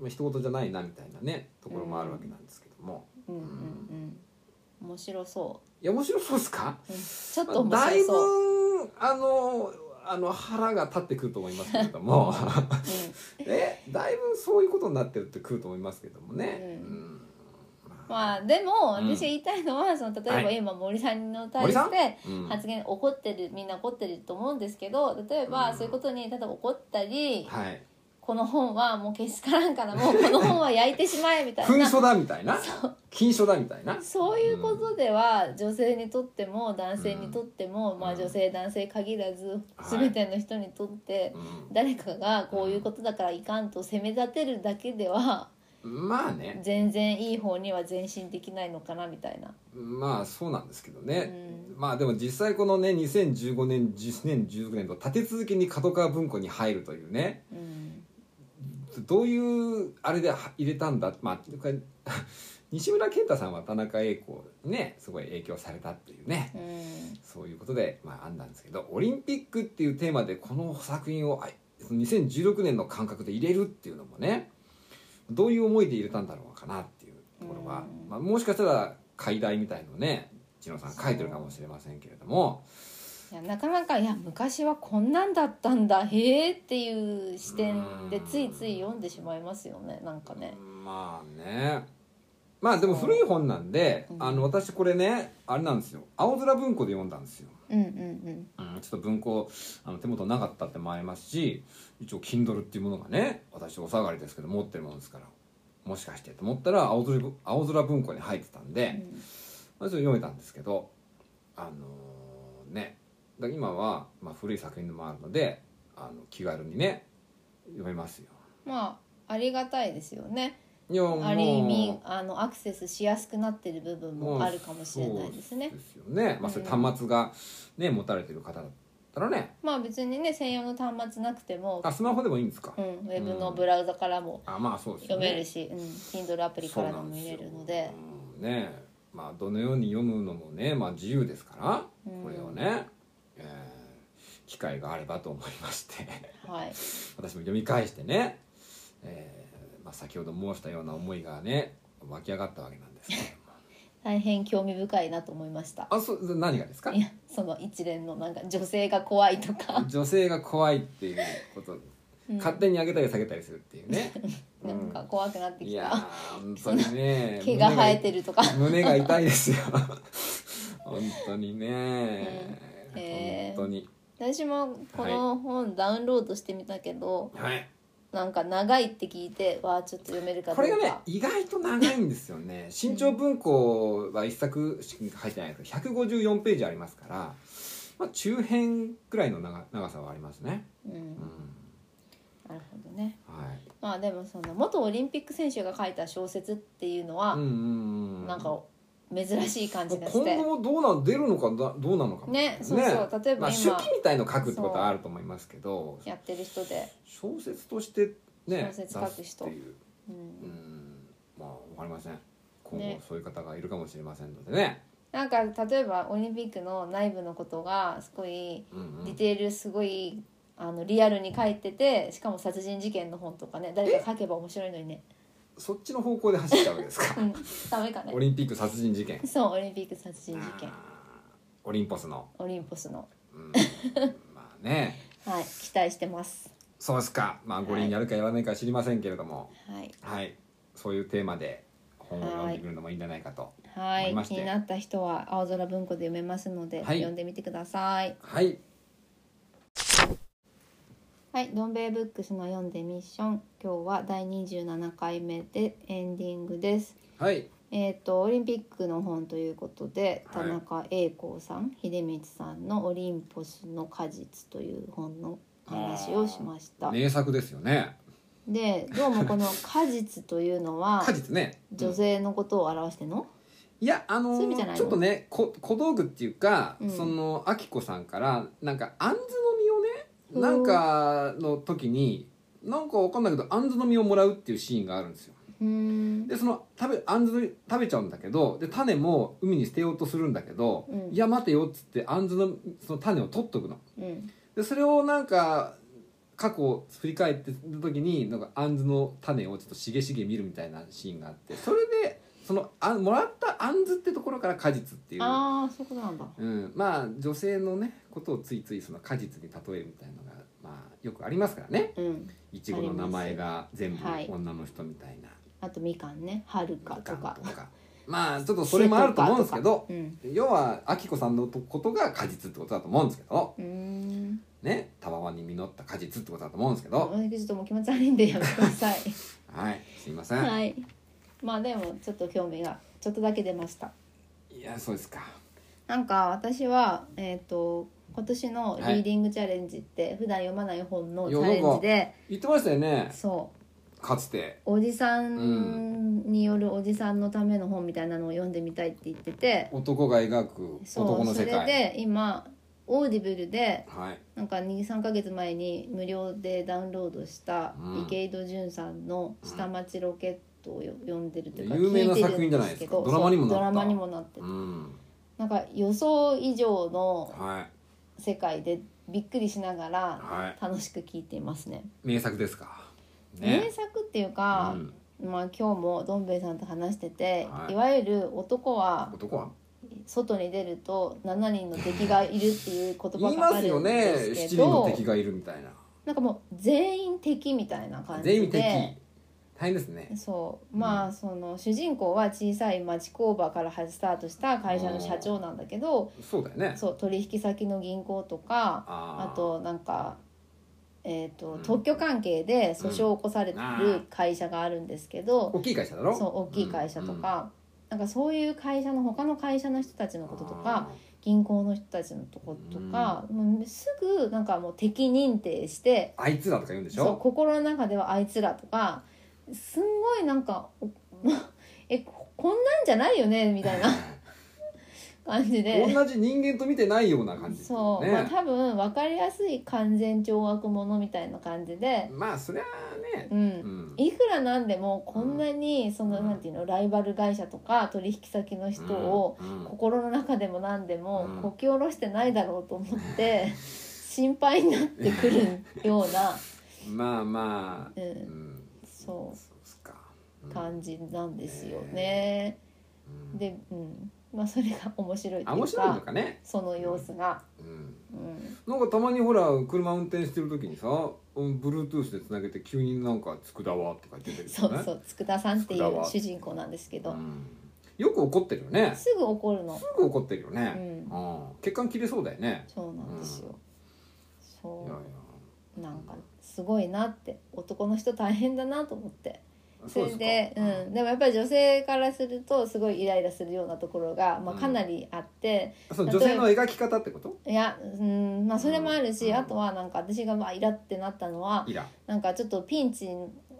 Speaker 3: まあ、一言じゃないなみたいなねところもあるわけなんですけども、
Speaker 2: うんうんうん面白そ
Speaker 3: いや面白そうですか
Speaker 2: う、うんちょっ
Speaker 3: ま
Speaker 2: と
Speaker 3: あだい
Speaker 2: 面
Speaker 3: ぶ
Speaker 2: 白
Speaker 3: あのあの腹が立ってくると思いますけれども。
Speaker 2: そう、
Speaker 3: えだいぶそういうことになってるってくると思いますけどもね、
Speaker 2: ううん
Speaker 3: ま
Speaker 2: まあでも
Speaker 3: うん
Speaker 2: 私言いたいのは、その例えば
Speaker 3: はい
Speaker 2: 今森さんの対
Speaker 3: 森さ
Speaker 2: し
Speaker 3: ん
Speaker 2: て
Speaker 3: うん
Speaker 2: 発言怒ってるみんな怒ってると思うんですけど例えば
Speaker 3: うん
Speaker 2: そういうことにただ怒ったり、
Speaker 3: はい
Speaker 2: この本はもうけしからんからもうこの本は焼いてしまえみたい
Speaker 3: 紛
Speaker 2: な
Speaker 3: 争だみたいな禁書だみたいな
Speaker 2: そういうことでは女性にとっても男性にとっても、
Speaker 3: ん
Speaker 2: まあ女性男性限らず
Speaker 3: はい
Speaker 2: 全ての人にとって
Speaker 3: うん
Speaker 2: 誰かがこういうことだからいかんと責め立てるだけでは
Speaker 3: まあね
Speaker 2: 全然いい方には前進できないのかなみたいな。
Speaker 3: まあそうなんですけどね、まあでも実際このね2015年10年16年と立て続けに角川文庫に入るというね
Speaker 2: うんうん
Speaker 3: どういうあれで入れたんだまあというか 西村健太さんは田中栄子にねすごい影響されたっていうね
Speaker 2: うん
Speaker 3: そういうことで、まあ、あんだんですけど、オリンピックっていうテーマでこの作品をあその2016年の感覚で入れるっていうのもね、どういう思いで入れたんだろうかなっていうところは、
Speaker 2: うん
Speaker 3: まあ、もしかしたら解題みたいのをね、千野さん書いてるかもしれませんけれども、
Speaker 2: いやなかなかいや昔はこんなんだったんだへえっていう視点でついつい読んでしまいますよねなんかね。
Speaker 3: まあね、まあでも古い本なんで、
Speaker 2: うん
Speaker 3: あの私これね、あれなんですよ、青空文庫で読んだんですよ。
Speaker 2: うんうん
Speaker 3: うん、ちょっと文庫あの手元なかったってもありますし一応 Kindle っていうものがね私お下がりですけど持ってるものですからもしかしてと思ったら青空ぶ青空文庫に入ってたん
Speaker 2: う
Speaker 3: で、
Speaker 2: ん
Speaker 3: まあ、それ読めたんですけどあのーねだから今は、まあ、古い作品でもあるのであの気軽にね読めますよ。
Speaker 2: まあありがたいですよね。
Speaker 3: いやもう
Speaker 2: ある意味あのアクセスしやすくなってる部分もあるかもしれないですね
Speaker 3: そう。ですよね、まあ、それ端末が、ね持たれてる方だったらね
Speaker 2: まあ別にね専用の端末なくても、
Speaker 3: あスマホでもいいんですか、
Speaker 2: うん、ウェブのブラウザからも
Speaker 3: あまあそうですよ
Speaker 2: 読
Speaker 3: ね。
Speaker 2: めるし、うん、Kindle アプリからでも見れるので。
Speaker 3: そうなんですようんねえまあどのように読むのもね、まあ、自由ですから
Speaker 2: うん
Speaker 3: これをね、えー機会があればと思いまして
Speaker 2: はい。
Speaker 3: 私も読み返してね、えーまあ、先ほど申したような思いがね湧き上がったわけな んですけれども
Speaker 2: 大変興味深いなと思いま した。
Speaker 3: あそう何がですか
Speaker 2: いやその一連のなんか女性が怖いとか、
Speaker 3: 女性が怖いっていうこと
Speaker 2: うん
Speaker 3: 勝手に上げたり下げたりするっていうね、
Speaker 2: なんか怖くなって
Speaker 3: い
Speaker 2: き
Speaker 3: や
Speaker 2: た、
Speaker 3: ー本当 にね
Speaker 2: 毛が生えてるとか
Speaker 3: 胸が痛いですよ本当にね、
Speaker 2: うんへー
Speaker 3: 本当に
Speaker 2: 私もこの本ダウンロードしてみたけど、
Speaker 3: はい
Speaker 2: なんか長いって聞いてわあちょっと読めるかどう
Speaker 3: こ
Speaker 2: か
Speaker 3: れがね意外と長いんですよね新潮文庫は一作しか入ってないんですけど154ページありますから、まあ、中編くらいの長長さはありますね、
Speaker 2: う
Speaker 3: うんん
Speaker 2: なるほどね
Speaker 3: はい、
Speaker 2: まあでもその元オリンピック選手が書いた小説っていうのは
Speaker 3: うん、うんうん
Speaker 2: なんか珍しい感じがし
Speaker 3: 今
Speaker 2: て、
Speaker 3: 後もどうなん出るのかなどうなのかも
Speaker 2: ねそうそう例え
Speaker 3: ま
Speaker 2: ば
Speaker 3: あ、手
Speaker 2: 今
Speaker 3: 記みたいの書くってことはあると思いますけど
Speaker 2: やってる人で、
Speaker 3: 小説としてね
Speaker 2: 小説書く人
Speaker 3: 出すっていう
Speaker 2: う、
Speaker 3: うんんまあわかりません今後
Speaker 2: ね
Speaker 3: そういう方がいるかもしれませんのでね
Speaker 2: なんか例えばオリンピックの内部のことがすごい
Speaker 3: うんうん
Speaker 2: ディテールすごいあのリアルに書いててしかも殺人事件の本とかね誰か書けば面白いのにね、
Speaker 3: そっちの方向で走っちゃうわけで すか
Speaker 2: うん、ダメかね
Speaker 3: オリンピック殺人事件
Speaker 2: そうオリンピック殺人事件
Speaker 3: あーオリンポスの、
Speaker 2: オリンポスの
Speaker 3: うん まあね
Speaker 2: はい期待してます
Speaker 3: そうですかまあ五輪やるかやらないか知りませんけれども
Speaker 2: はい
Speaker 3: はいそういうテーマで本を読んでくるのもいいんじゃないかと
Speaker 2: は
Speaker 3: 思い
Speaker 2: い
Speaker 3: まし
Speaker 2: 気
Speaker 3: て
Speaker 2: になった人は青空文庫で読めますので、
Speaker 3: はい
Speaker 2: 読んでみてください
Speaker 3: はい
Speaker 2: はいどん兵衛ブックスの読んでミッション今日は第27回目でエンディングです
Speaker 3: はい
Speaker 2: えっ、とオリンピックの本ということで
Speaker 3: は
Speaker 2: 田
Speaker 3: い
Speaker 2: 中栄光さん、秀光さんの「オリンポスの果実」という本の話をしました、
Speaker 3: 名作ですよね
Speaker 2: でどうもこの「果実」というのは
Speaker 3: 果実ね
Speaker 2: 女性のことを表してんの、
Speaker 3: いやあの
Speaker 2: そういう意味じゃないの
Speaker 3: ちょっとねこ小道具っていうか、
Speaker 2: うん
Speaker 3: そのあきこさんからなんかあんずの実をね
Speaker 2: うん
Speaker 3: なんかの時になんかわかんないけどあんずの実をもらうっていうシーンがあるんですよ
Speaker 2: うーん
Speaker 3: でその食べあんずの実食べちゃうんだけどで種も海に捨てようとするんだけど、
Speaker 2: うん
Speaker 3: いや待てよっつってあんずのその種を取っとくの
Speaker 2: うん
Speaker 3: でそれをなんか過去を振り返ってる時になんかあんずの種をちょっとしげしげ見るみたいなシーンがあってそれでそのあもらったあんずってところから果実っていう、
Speaker 2: ああそういうことなんだ
Speaker 3: うん、まあ女性のねことをついついその果実に例えるみたいなのが、まあ、よくありますからね
Speaker 2: うん
Speaker 3: いちごの名前が全部
Speaker 2: はい
Speaker 3: 女の人みたいな。
Speaker 2: あとみかんねはるかとか
Speaker 3: まあちょっとそれもあると思うんですけど
Speaker 2: うん
Speaker 3: 要はあきこさんのことが果実ってことだと思うんですけど
Speaker 2: うーん
Speaker 3: ねたわわに実った果実ってことだと思うんですけど
Speaker 2: 私ちょっともう気持ち悪いんでやめてください
Speaker 3: はいすいません、
Speaker 2: はいまあでもちょっと興味がちょっとだけ出ました
Speaker 3: い、やそうですか
Speaker 2: なんか私はえっ、と今年のリーディングチャレンジって普段読まない本のチャレンジで
Speaker 3: 言ってましたよね
Speaker 2: そう
Speaker 3: かつて
Speaker 2: おじさん
Speaker 3: ん
Speaker 2: によるおじさんのための本みたいなのを読んでみたいって言ってて
Speaker 3: 男が描く
Speaker 2: そ
Speaker 3: 男
Speaker 2: う
Speaker 3: の
Speaker 2: そ
Speaker 3: 世
Speaker 2: れ
Speaker 3: 界
Speaker 2: で今オーディブルで
Speaker 3: はい
Speaker 2: なんか23ヶ月前に無料でダウンロードした
Speaker 3: うん
Speaker 2: 池井戸潤さんの「下町ロケット」をよ読んでるというか
Speaker 3: 有名な
Speaker 2: 聞いてる
Speaker 3: 作品じゃないです
Speaker 2: け
Speaker 3: か
Speaker 2: ど
Speaker 3: ドラマにもなっ
Speaker 2: そう
Speaker 3: た
Speaker 2: ドラマにもなってて
Speaker 3: うん
Speaker 2: なんか予想以上の
Speaker 3: はい
Speaker 2: 世界でびっくりしながら
Speaker 3: はい
Speaker 2: 楽しく聞いていますね。
Speaker 3: 名作ですか
Speaker 2: 名
Speaker 3: ね
Speaker 2: 作っていうか
Speaker 3: う、ん、
Speaker 2: まあ、今日もどん兵衛さんと話してて、
Speaker 3: はい
Speaker 2: い、わゆる男は
Speaker 3: 男は
Speaker 2: 外に出ると7人の敵がいるっていう言
Speaker 3: 言
Speaker 2: 葉
Speaker 3: い
Speaker 2: が
Speaker 3: ま
Speaker 2: あ
Speaker 3: すよ
Speaker 2: るん
Speaker 3: ね
Speaker 2: です
Speaker 3: 七
Speaker 2: け
Speaker 3: 人の
Speaker 2: ど。
Speaker 3: 敵がいるみたいな
Speaker 2: なんかもう全員敵みたいな感じで
Speaker 3: 全員敵大変ですね
Speaker 2: そうまあその主人公は小さい町工場からスタートした会社の社長なんだけど
Speaker 3: そうだよね
Speaker 2: そう取引先の銀行とか
Speaker 3: あ
Speaker 2: あ
Speaker 3: ー
Speaker 2: となんか、えー、
Speaker 3: う
Speaker 2: と
Speaker 3: ん
Speaker 2: 特許関係で訴訟を起こされて
Speaker 3: うんあ
Speaker 2: る
Speaker 3: ー
Speaker 2: 会社があるんですけど
Speaker 3: 大きい会社だろ
Speaker 2: そう大きい会社と、か。なんかそういう会社の他の会社の人たち
Speaker 3: う
Speaker 2: の
Speaker 3: ん
Speaker 2: こととか銀行の人たちのとことか、もうすぐなんかもう敵認定して
Speaker 3: あーあいつらとか言うんでし
Speaker 2: そう
Speaker 3: ょ
Speaker 2: 心の中ではあいつらとかすんごいなんか おえここんなんじゃないよねみ たいな感じで。
Speaker 3: 同じ人間と見てないような感じですよ
Speaker 2: そう、
Speaker 3: ね
Speaker 2: まあ、多分分かりやすい完全懲悪者みたいな感じで、
Speaker 3: まあそりゃあね
Speaker 2: う、
Speaker 3: うんん
Speaker 2: いくらなんでもこんなにその、
Speaker 3: うん
Speaker 2: なんていうのライバル会社とか取引先の人を
Speaker 3: うん
Speaker 2: 心の中でも何でも
Speaker 3: うん
Speaker 2: こき下ろしてないだろうと思 って、心配になってくるような、
Speaker 3: まあまあ
Speaker 2: う、
Speaker 3: うんん
Speaker 2: そう
Speaker 3: そうっすか
Speaker 2: 感じなんですよ
Speaker 3: うん
Speaker 2: ね。
Speaker 3: うん
Speaker 2: で、うん、まあ、それが面白いと
Speaker 3: あ
Speaker 2: い
Speaker 3: 面
Speaker 2: う
Speaker 3: 白いの
Speaker 2: か
Speaker 3: かね、
Speaker 2: その様子が、
Speaker 3: うん、
Speaker 2: うん、
Speaker 3: なんかたまにほら車運転してる時にさうん Bluetooth でつなげて急になんか「つくだわ」とか言ってたり
Speaker 2: そ
Speaker 3: とか
Speaker 2: う
Speaker 3: ね
Speaker 2: そう佃さんってい
Speaker 3: 佃は
Speaker 2: う主人公なんですけど、
Speaker 3: ん、よく怒ってるよねす
Speaker 2: すぐ怒るの、
Speaker 3: ぐ怒ってるよ
Speaker 2: う
Speaker 3: ね、
Speaker 2: ん、
Speaker 3: うん、血管切れそうだよね
Speaker 2: そうなんですよ、
Speaker 3: いやいや
Speaker 2: そうなんかすごいなって男の人大変だなと思ってそ
Speaker 3: そう
Speaker 2: れで
Speaker 3: す
Speaker 2: う
Speaker 3: か
Speaker 2: ん、でもやっぱり女性からするとすごいイライラするようなところが、まあ、
Speaker 3: うん
Speaker 2: かなりあって、
Speaker 3: その女性の描き方ってこと
Speaker 2: いやうんまあそれもあるし、
Speaker 3: うん
Speaker 2: あとはなんか私がまあイラってなったのはい
Speaker 3: や
Speaker 2: なんかちょっとピンチ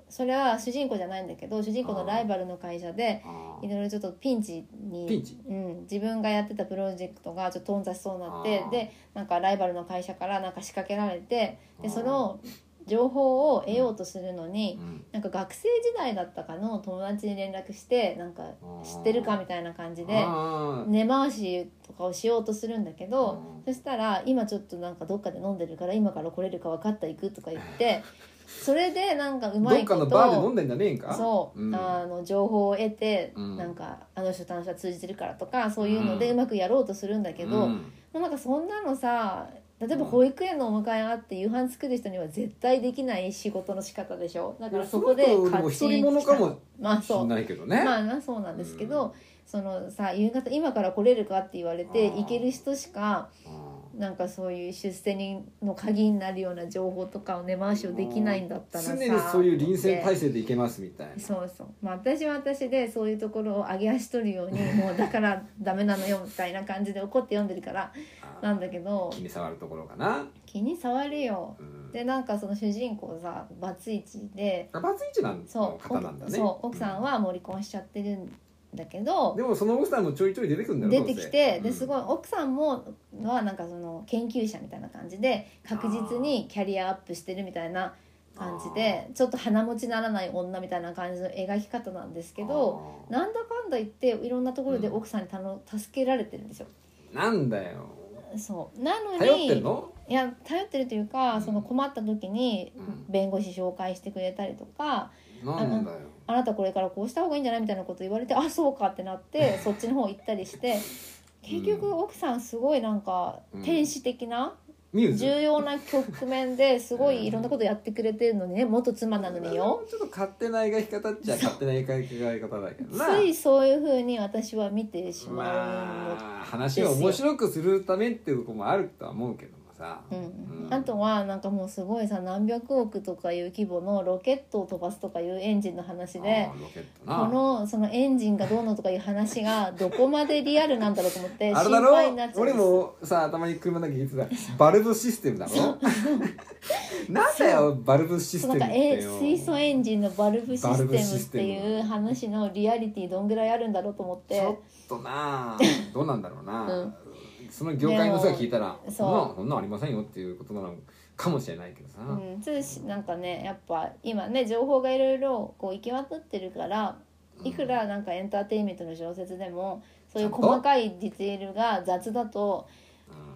Speaker 2: それは主人公じゃないんだけど主人公のライバルの会社で
Speaker 3: あ
Speaker 2: いろいろちょっとピンチに
Speaker 3: ピンチ
Speaker 2: うん、自分がやってたプロジェクトがちょっと頓挫しそうになって
Speaker 3: あー
Speaker 2: でなんかライバルの会社からなんか仕掛けられて
Speaker 3: あー
Speaker 2: でその情報を得ようとするのに、
Speaker 3: うん
Speaker 2: なんか学生時代だったかの友達に連絡してなんか知ってるかみたいな感じで
Speaker 3: あー
Speaker 2: 根回しとかをしようとするんだけど
Speaker 3: う
Speaker 2: そしたら今ちょっとなんかどっかで飲んでるから今から来れるか分かった行くとか言っ てそれでなんかうま
Speaker 3: どっ
Speaker 2: いこ
Speaker 3: か
Speaker 2: と
Speaker 3: のバーで飲んでんじゃねえんか
Speaker 2: そう、
Speaker 3: ん
Speaker 2: あの情報を得て、
Speaker 3: うん
Speaker 2: なんかあの人とあの人は通じてるからとかそういうので
Speaker 3: う
Speaker 2: うんまくやろうとするんだけど、
Speaker 3: う
Speaker 2: も
Speaker 3: ん
Speaker 2: うなんかそんなのさ例えば保育園のお迎えがあって夕飯作る人には絶対できない仕事の仕方でしょだからそこで
Speaker 3: いやの人
Speaker 2: 勝
Speaker 3: も
Speaker 2: ち
Speaker 3: 一人者かも
Speaker 2: まあ
Speaker 3: し
Speaker 2: そ
Speaker 3: ん
Speaker 2: う
Speaker 3: ないけどね、
Speaker 2: まあなそうなんですけど、
Speaker 3: うん
Speaker 2: そのさ夕方今から来れるかって言われて
Speaker 3: あー
Speaker 2: 行ける人しか
Speaker 3: うん
Speaker 2: なんかそういう出世人の鍵になるような情報とかを根回しをできないんだったらさ
Speaker 3: 常にそういう臨戦態勢でいけますみたいな
Speaker 2: そうそう、まあ、私は私でそういうところを上げ足取るよう にもうだからダメなのよみたいな感じで怒って読んでるから
Speaker 3: あ
Speaker 2: なんだけど
Speaker 3: 気に障るところかな、
Speaker 2: 気に障るよ
Speaker 3: うん、
Speaker 2: でなんかその主人公さバツイチで
Speaker 3: あバツイチなん
Speaker 2: そ
Speaker 3: の
Speaker 2: う
Speaker 3: 方なんだね
Speaker 2: そう奥さん、はもう離婚しちゃってるんだけど
Speaker 3: うん、でもその奥さんもちょいちょい出てくるんだ
Speaker 2: 出
Speaker 3: よどう
Speaker 2: て
Speaker 3: せ
Speaker 2: きてですごい
Speaker 3: うん
Speaker 2: 奥さんもはなんかその研究者みたいな感じで確実にキャリアアップしてるみたいな感じでちょっと鼻持ちならない女みたいな感じの描き方なんですけど。
Speaker 3: あー
Speaker 2: なんだかんだ言っていろんなところで
Speaker 3: うん
Speaker 2: 奥さんにたの助けられてるんですよ。
Speaker 3: なんだよ
Speaker 2: そうなのに
Speaker 3: 頼ってんの
Speaker 2: いや頼ってるというか、
Speaker 3: うん
Speaker 2: その困った時に
Speaker 3: うん
Speaker 2: 弁護士紹介してくれたりとか、
Speaker 3: なんだよ
Speaker 2: あなたこれからこうした方がいいんじゃないみたいなこと言われてあそうかってなってそっちの方行ったり して結
Speaker 3: う
Speaker 2: 局
Speaker 3: ん
Speaker 2: 奥さんすごいなんか
Speaker 3: うん
Speaker 2: 天使的な
Speaker 3: ミューズ
Speaker 2: 重要な局面ですご
Speaker 3: うん
Speaker 2: いいろんなことやってくれてるのにね元妻なのによ。
Speaker 3: ちょっと勝手な描き方っちゃ勝手な描き方だけどな
Speaker 2: ついそういう風に私は見てしまうの
Speaker 3: まあ話を面白くするためっていうとこもあるとは思うけどもさ、
Speaker 2: うん、あとはなんかもうすごいさ何百億とかいう規模のロケットを飛ばすとかいうエンジンの話で
Speaker 3: あーロケットな
Speaker 2: このそのエンジンがどうのとかいう話がどこまでリアルなんだろうと思って
Speaker 3: あ
Speaker 2: 心
Speaker 3: れだろ
Speaker 2: 配になっちゃうんで
Speaker 3: 俺
Speaker 2: す
Speaker 3: もさたまに車だけ聞いてたバルブシステムだろ なんだよバルブシス
Speaker 2: そ
Speaker 3: テ
Speaker 2: うな
Speaker 3: ム
Speaker 2: ん
Speaker 3: っ
Speaker 2: か
Speaker 3: て
Speaker 2: え
Speaker 3: よ
Speaker 2: 水素エンジンのバルブシ
Speaker 3: バル
Speaker 2: ス
Speaker 3: ブ
Speaker 2: テ
Speaker 3: シ
Speaker 2: ムっ
Speaker 3: ステム
Speaker 2: ていう話のリアリティどんぐらいあるんだろうと思っ
Speaker 3: ちょってと なあどうなんだろうな、
Speaker 2: うん
Speaker 3: その業界の人が聞いたら
Speaker 2: でも
Speaker 3: そんな
Speaker 2: そ
Speaker 3: そんなんありませんよっていうことなのかもしれないけどさ、
Speaker 2: うん、つうしなんかねやっぱ今ね情報がいろいろこう行き渡ってるからいくらなんかエンターテインメントの小説でもそういう
Speaker 3: ちゃんと
Speaker 2: 細かいディテールが雑だと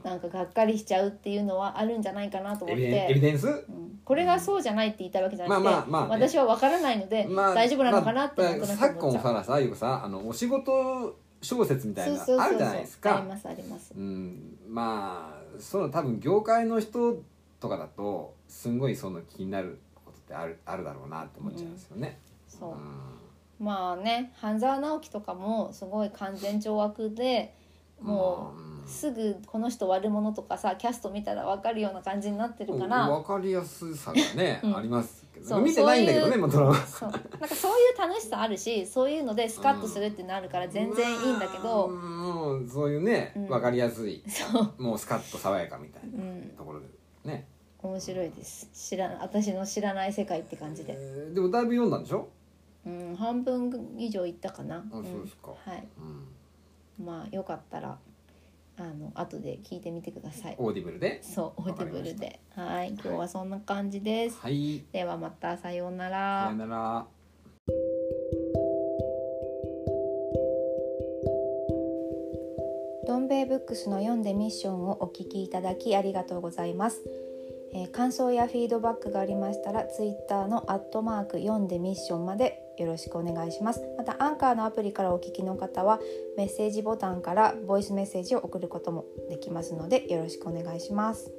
Speaker 3: うん
Speaker 2: なんかがっかりしちゃうっていうのはあるんじゃないかなと思
Speaker 3: エ
Speaker 2: っ
Speaker 3: ビデンエビ
Speaker 2: て、
Speaker 3: デンス
Speaker 2: うんこれがそうじゃないって言いたいわけじゃなくて、
Speaker 3: まあまあまあね
Speaker 2: 私は分からないので、
Speaker 3: まあ
Speaker 2: 大丈夫なのかなって
Speaker 3: まあ
Speaker 2: なんとなく
Speaker 3: 昨
Speaker 2: 思っち
Speaker 3: 今
Speaker 2: ゃう。
Speaker 3: ささよくさあのお仕事小説みた
Speaker 2: そう
Speaker 3: いな
Speaker 2: そうそうそう
Speaker 3: あるじゃないです
Speaker 2: あ
Speaker 3: か
Speaker 2: りますあります
Speaker 3: う。んまあその多分業界の人とかだとすんごいその気になることってあるあるだろうなって思っちゃうんですよね。
Speaker 2: そううんまあね半沢直樹とかもすごい完全懲悪でも
Speaker 3: うん
Speaker 2: うすぐこの人悪者とかさキャスト見たら分かるような感じになってるから。
Speaker 3: わかりやすさがね、
Speaker 2: うん
Speaker 3: ありますけど
Speaker 2: そう
Speaker 3: 見てないんだけどね
Speaker 2: そういう
Speaker 3: まあドラマ
Speaker 2: そうなんかそういう楽しさあるしそういうのでスカッとするってなるから全然いいんだけど、
Speaker 3: まあもうそういうね
Speaker 2: うん
Speaker 3: わかりやすい、
Speaker 2: そう、、
Speaker 3: もうスカッと爽やかみたいうなんところでね
Speaker 2: 面白いです知らな私の知らない世界って感じで、
Speaker 3: えーでもだいぶ読んだんでしょ
Speaker 2: うん、半分以上いったかな
Speaker 3: あそうです
Speaker 2: ん
Speaker 3: か
Speaker 2: はい
Speaker 3: うん
Speaker 2: まあよかったらあの後で聞いてみてください
Speaker 3: オーディブルで
Speaker 2: そうオ
Speaker 3: わ
Speaker 2: ー
Speaker 3: か
Speaker 2: デ
Speaker 3: り
Speaker 2: ィ
Speaker 3: ま
Speaker 2: ブ
Speaker 3: した
Speaker 2: ルではい今日はそんな感じです、
Speaker 3: はい
Speaker 2: ではまたさような
Speaker 3: さ
Speaker 2: ら
Speaker 3: よなら
Speaker 4: どん兵衛ブックスの読んでミッションをお聞きいただきありがとうございます、えー感想やフィードバックがありましたらツイッターのアットマーク読んでミッションまで
Speaker 2: よろしくお願いしますまたアンカーのアプリからお聞きの方はメッセージボタンからボイスメッセージを送ることもできますのでよろしくお願いします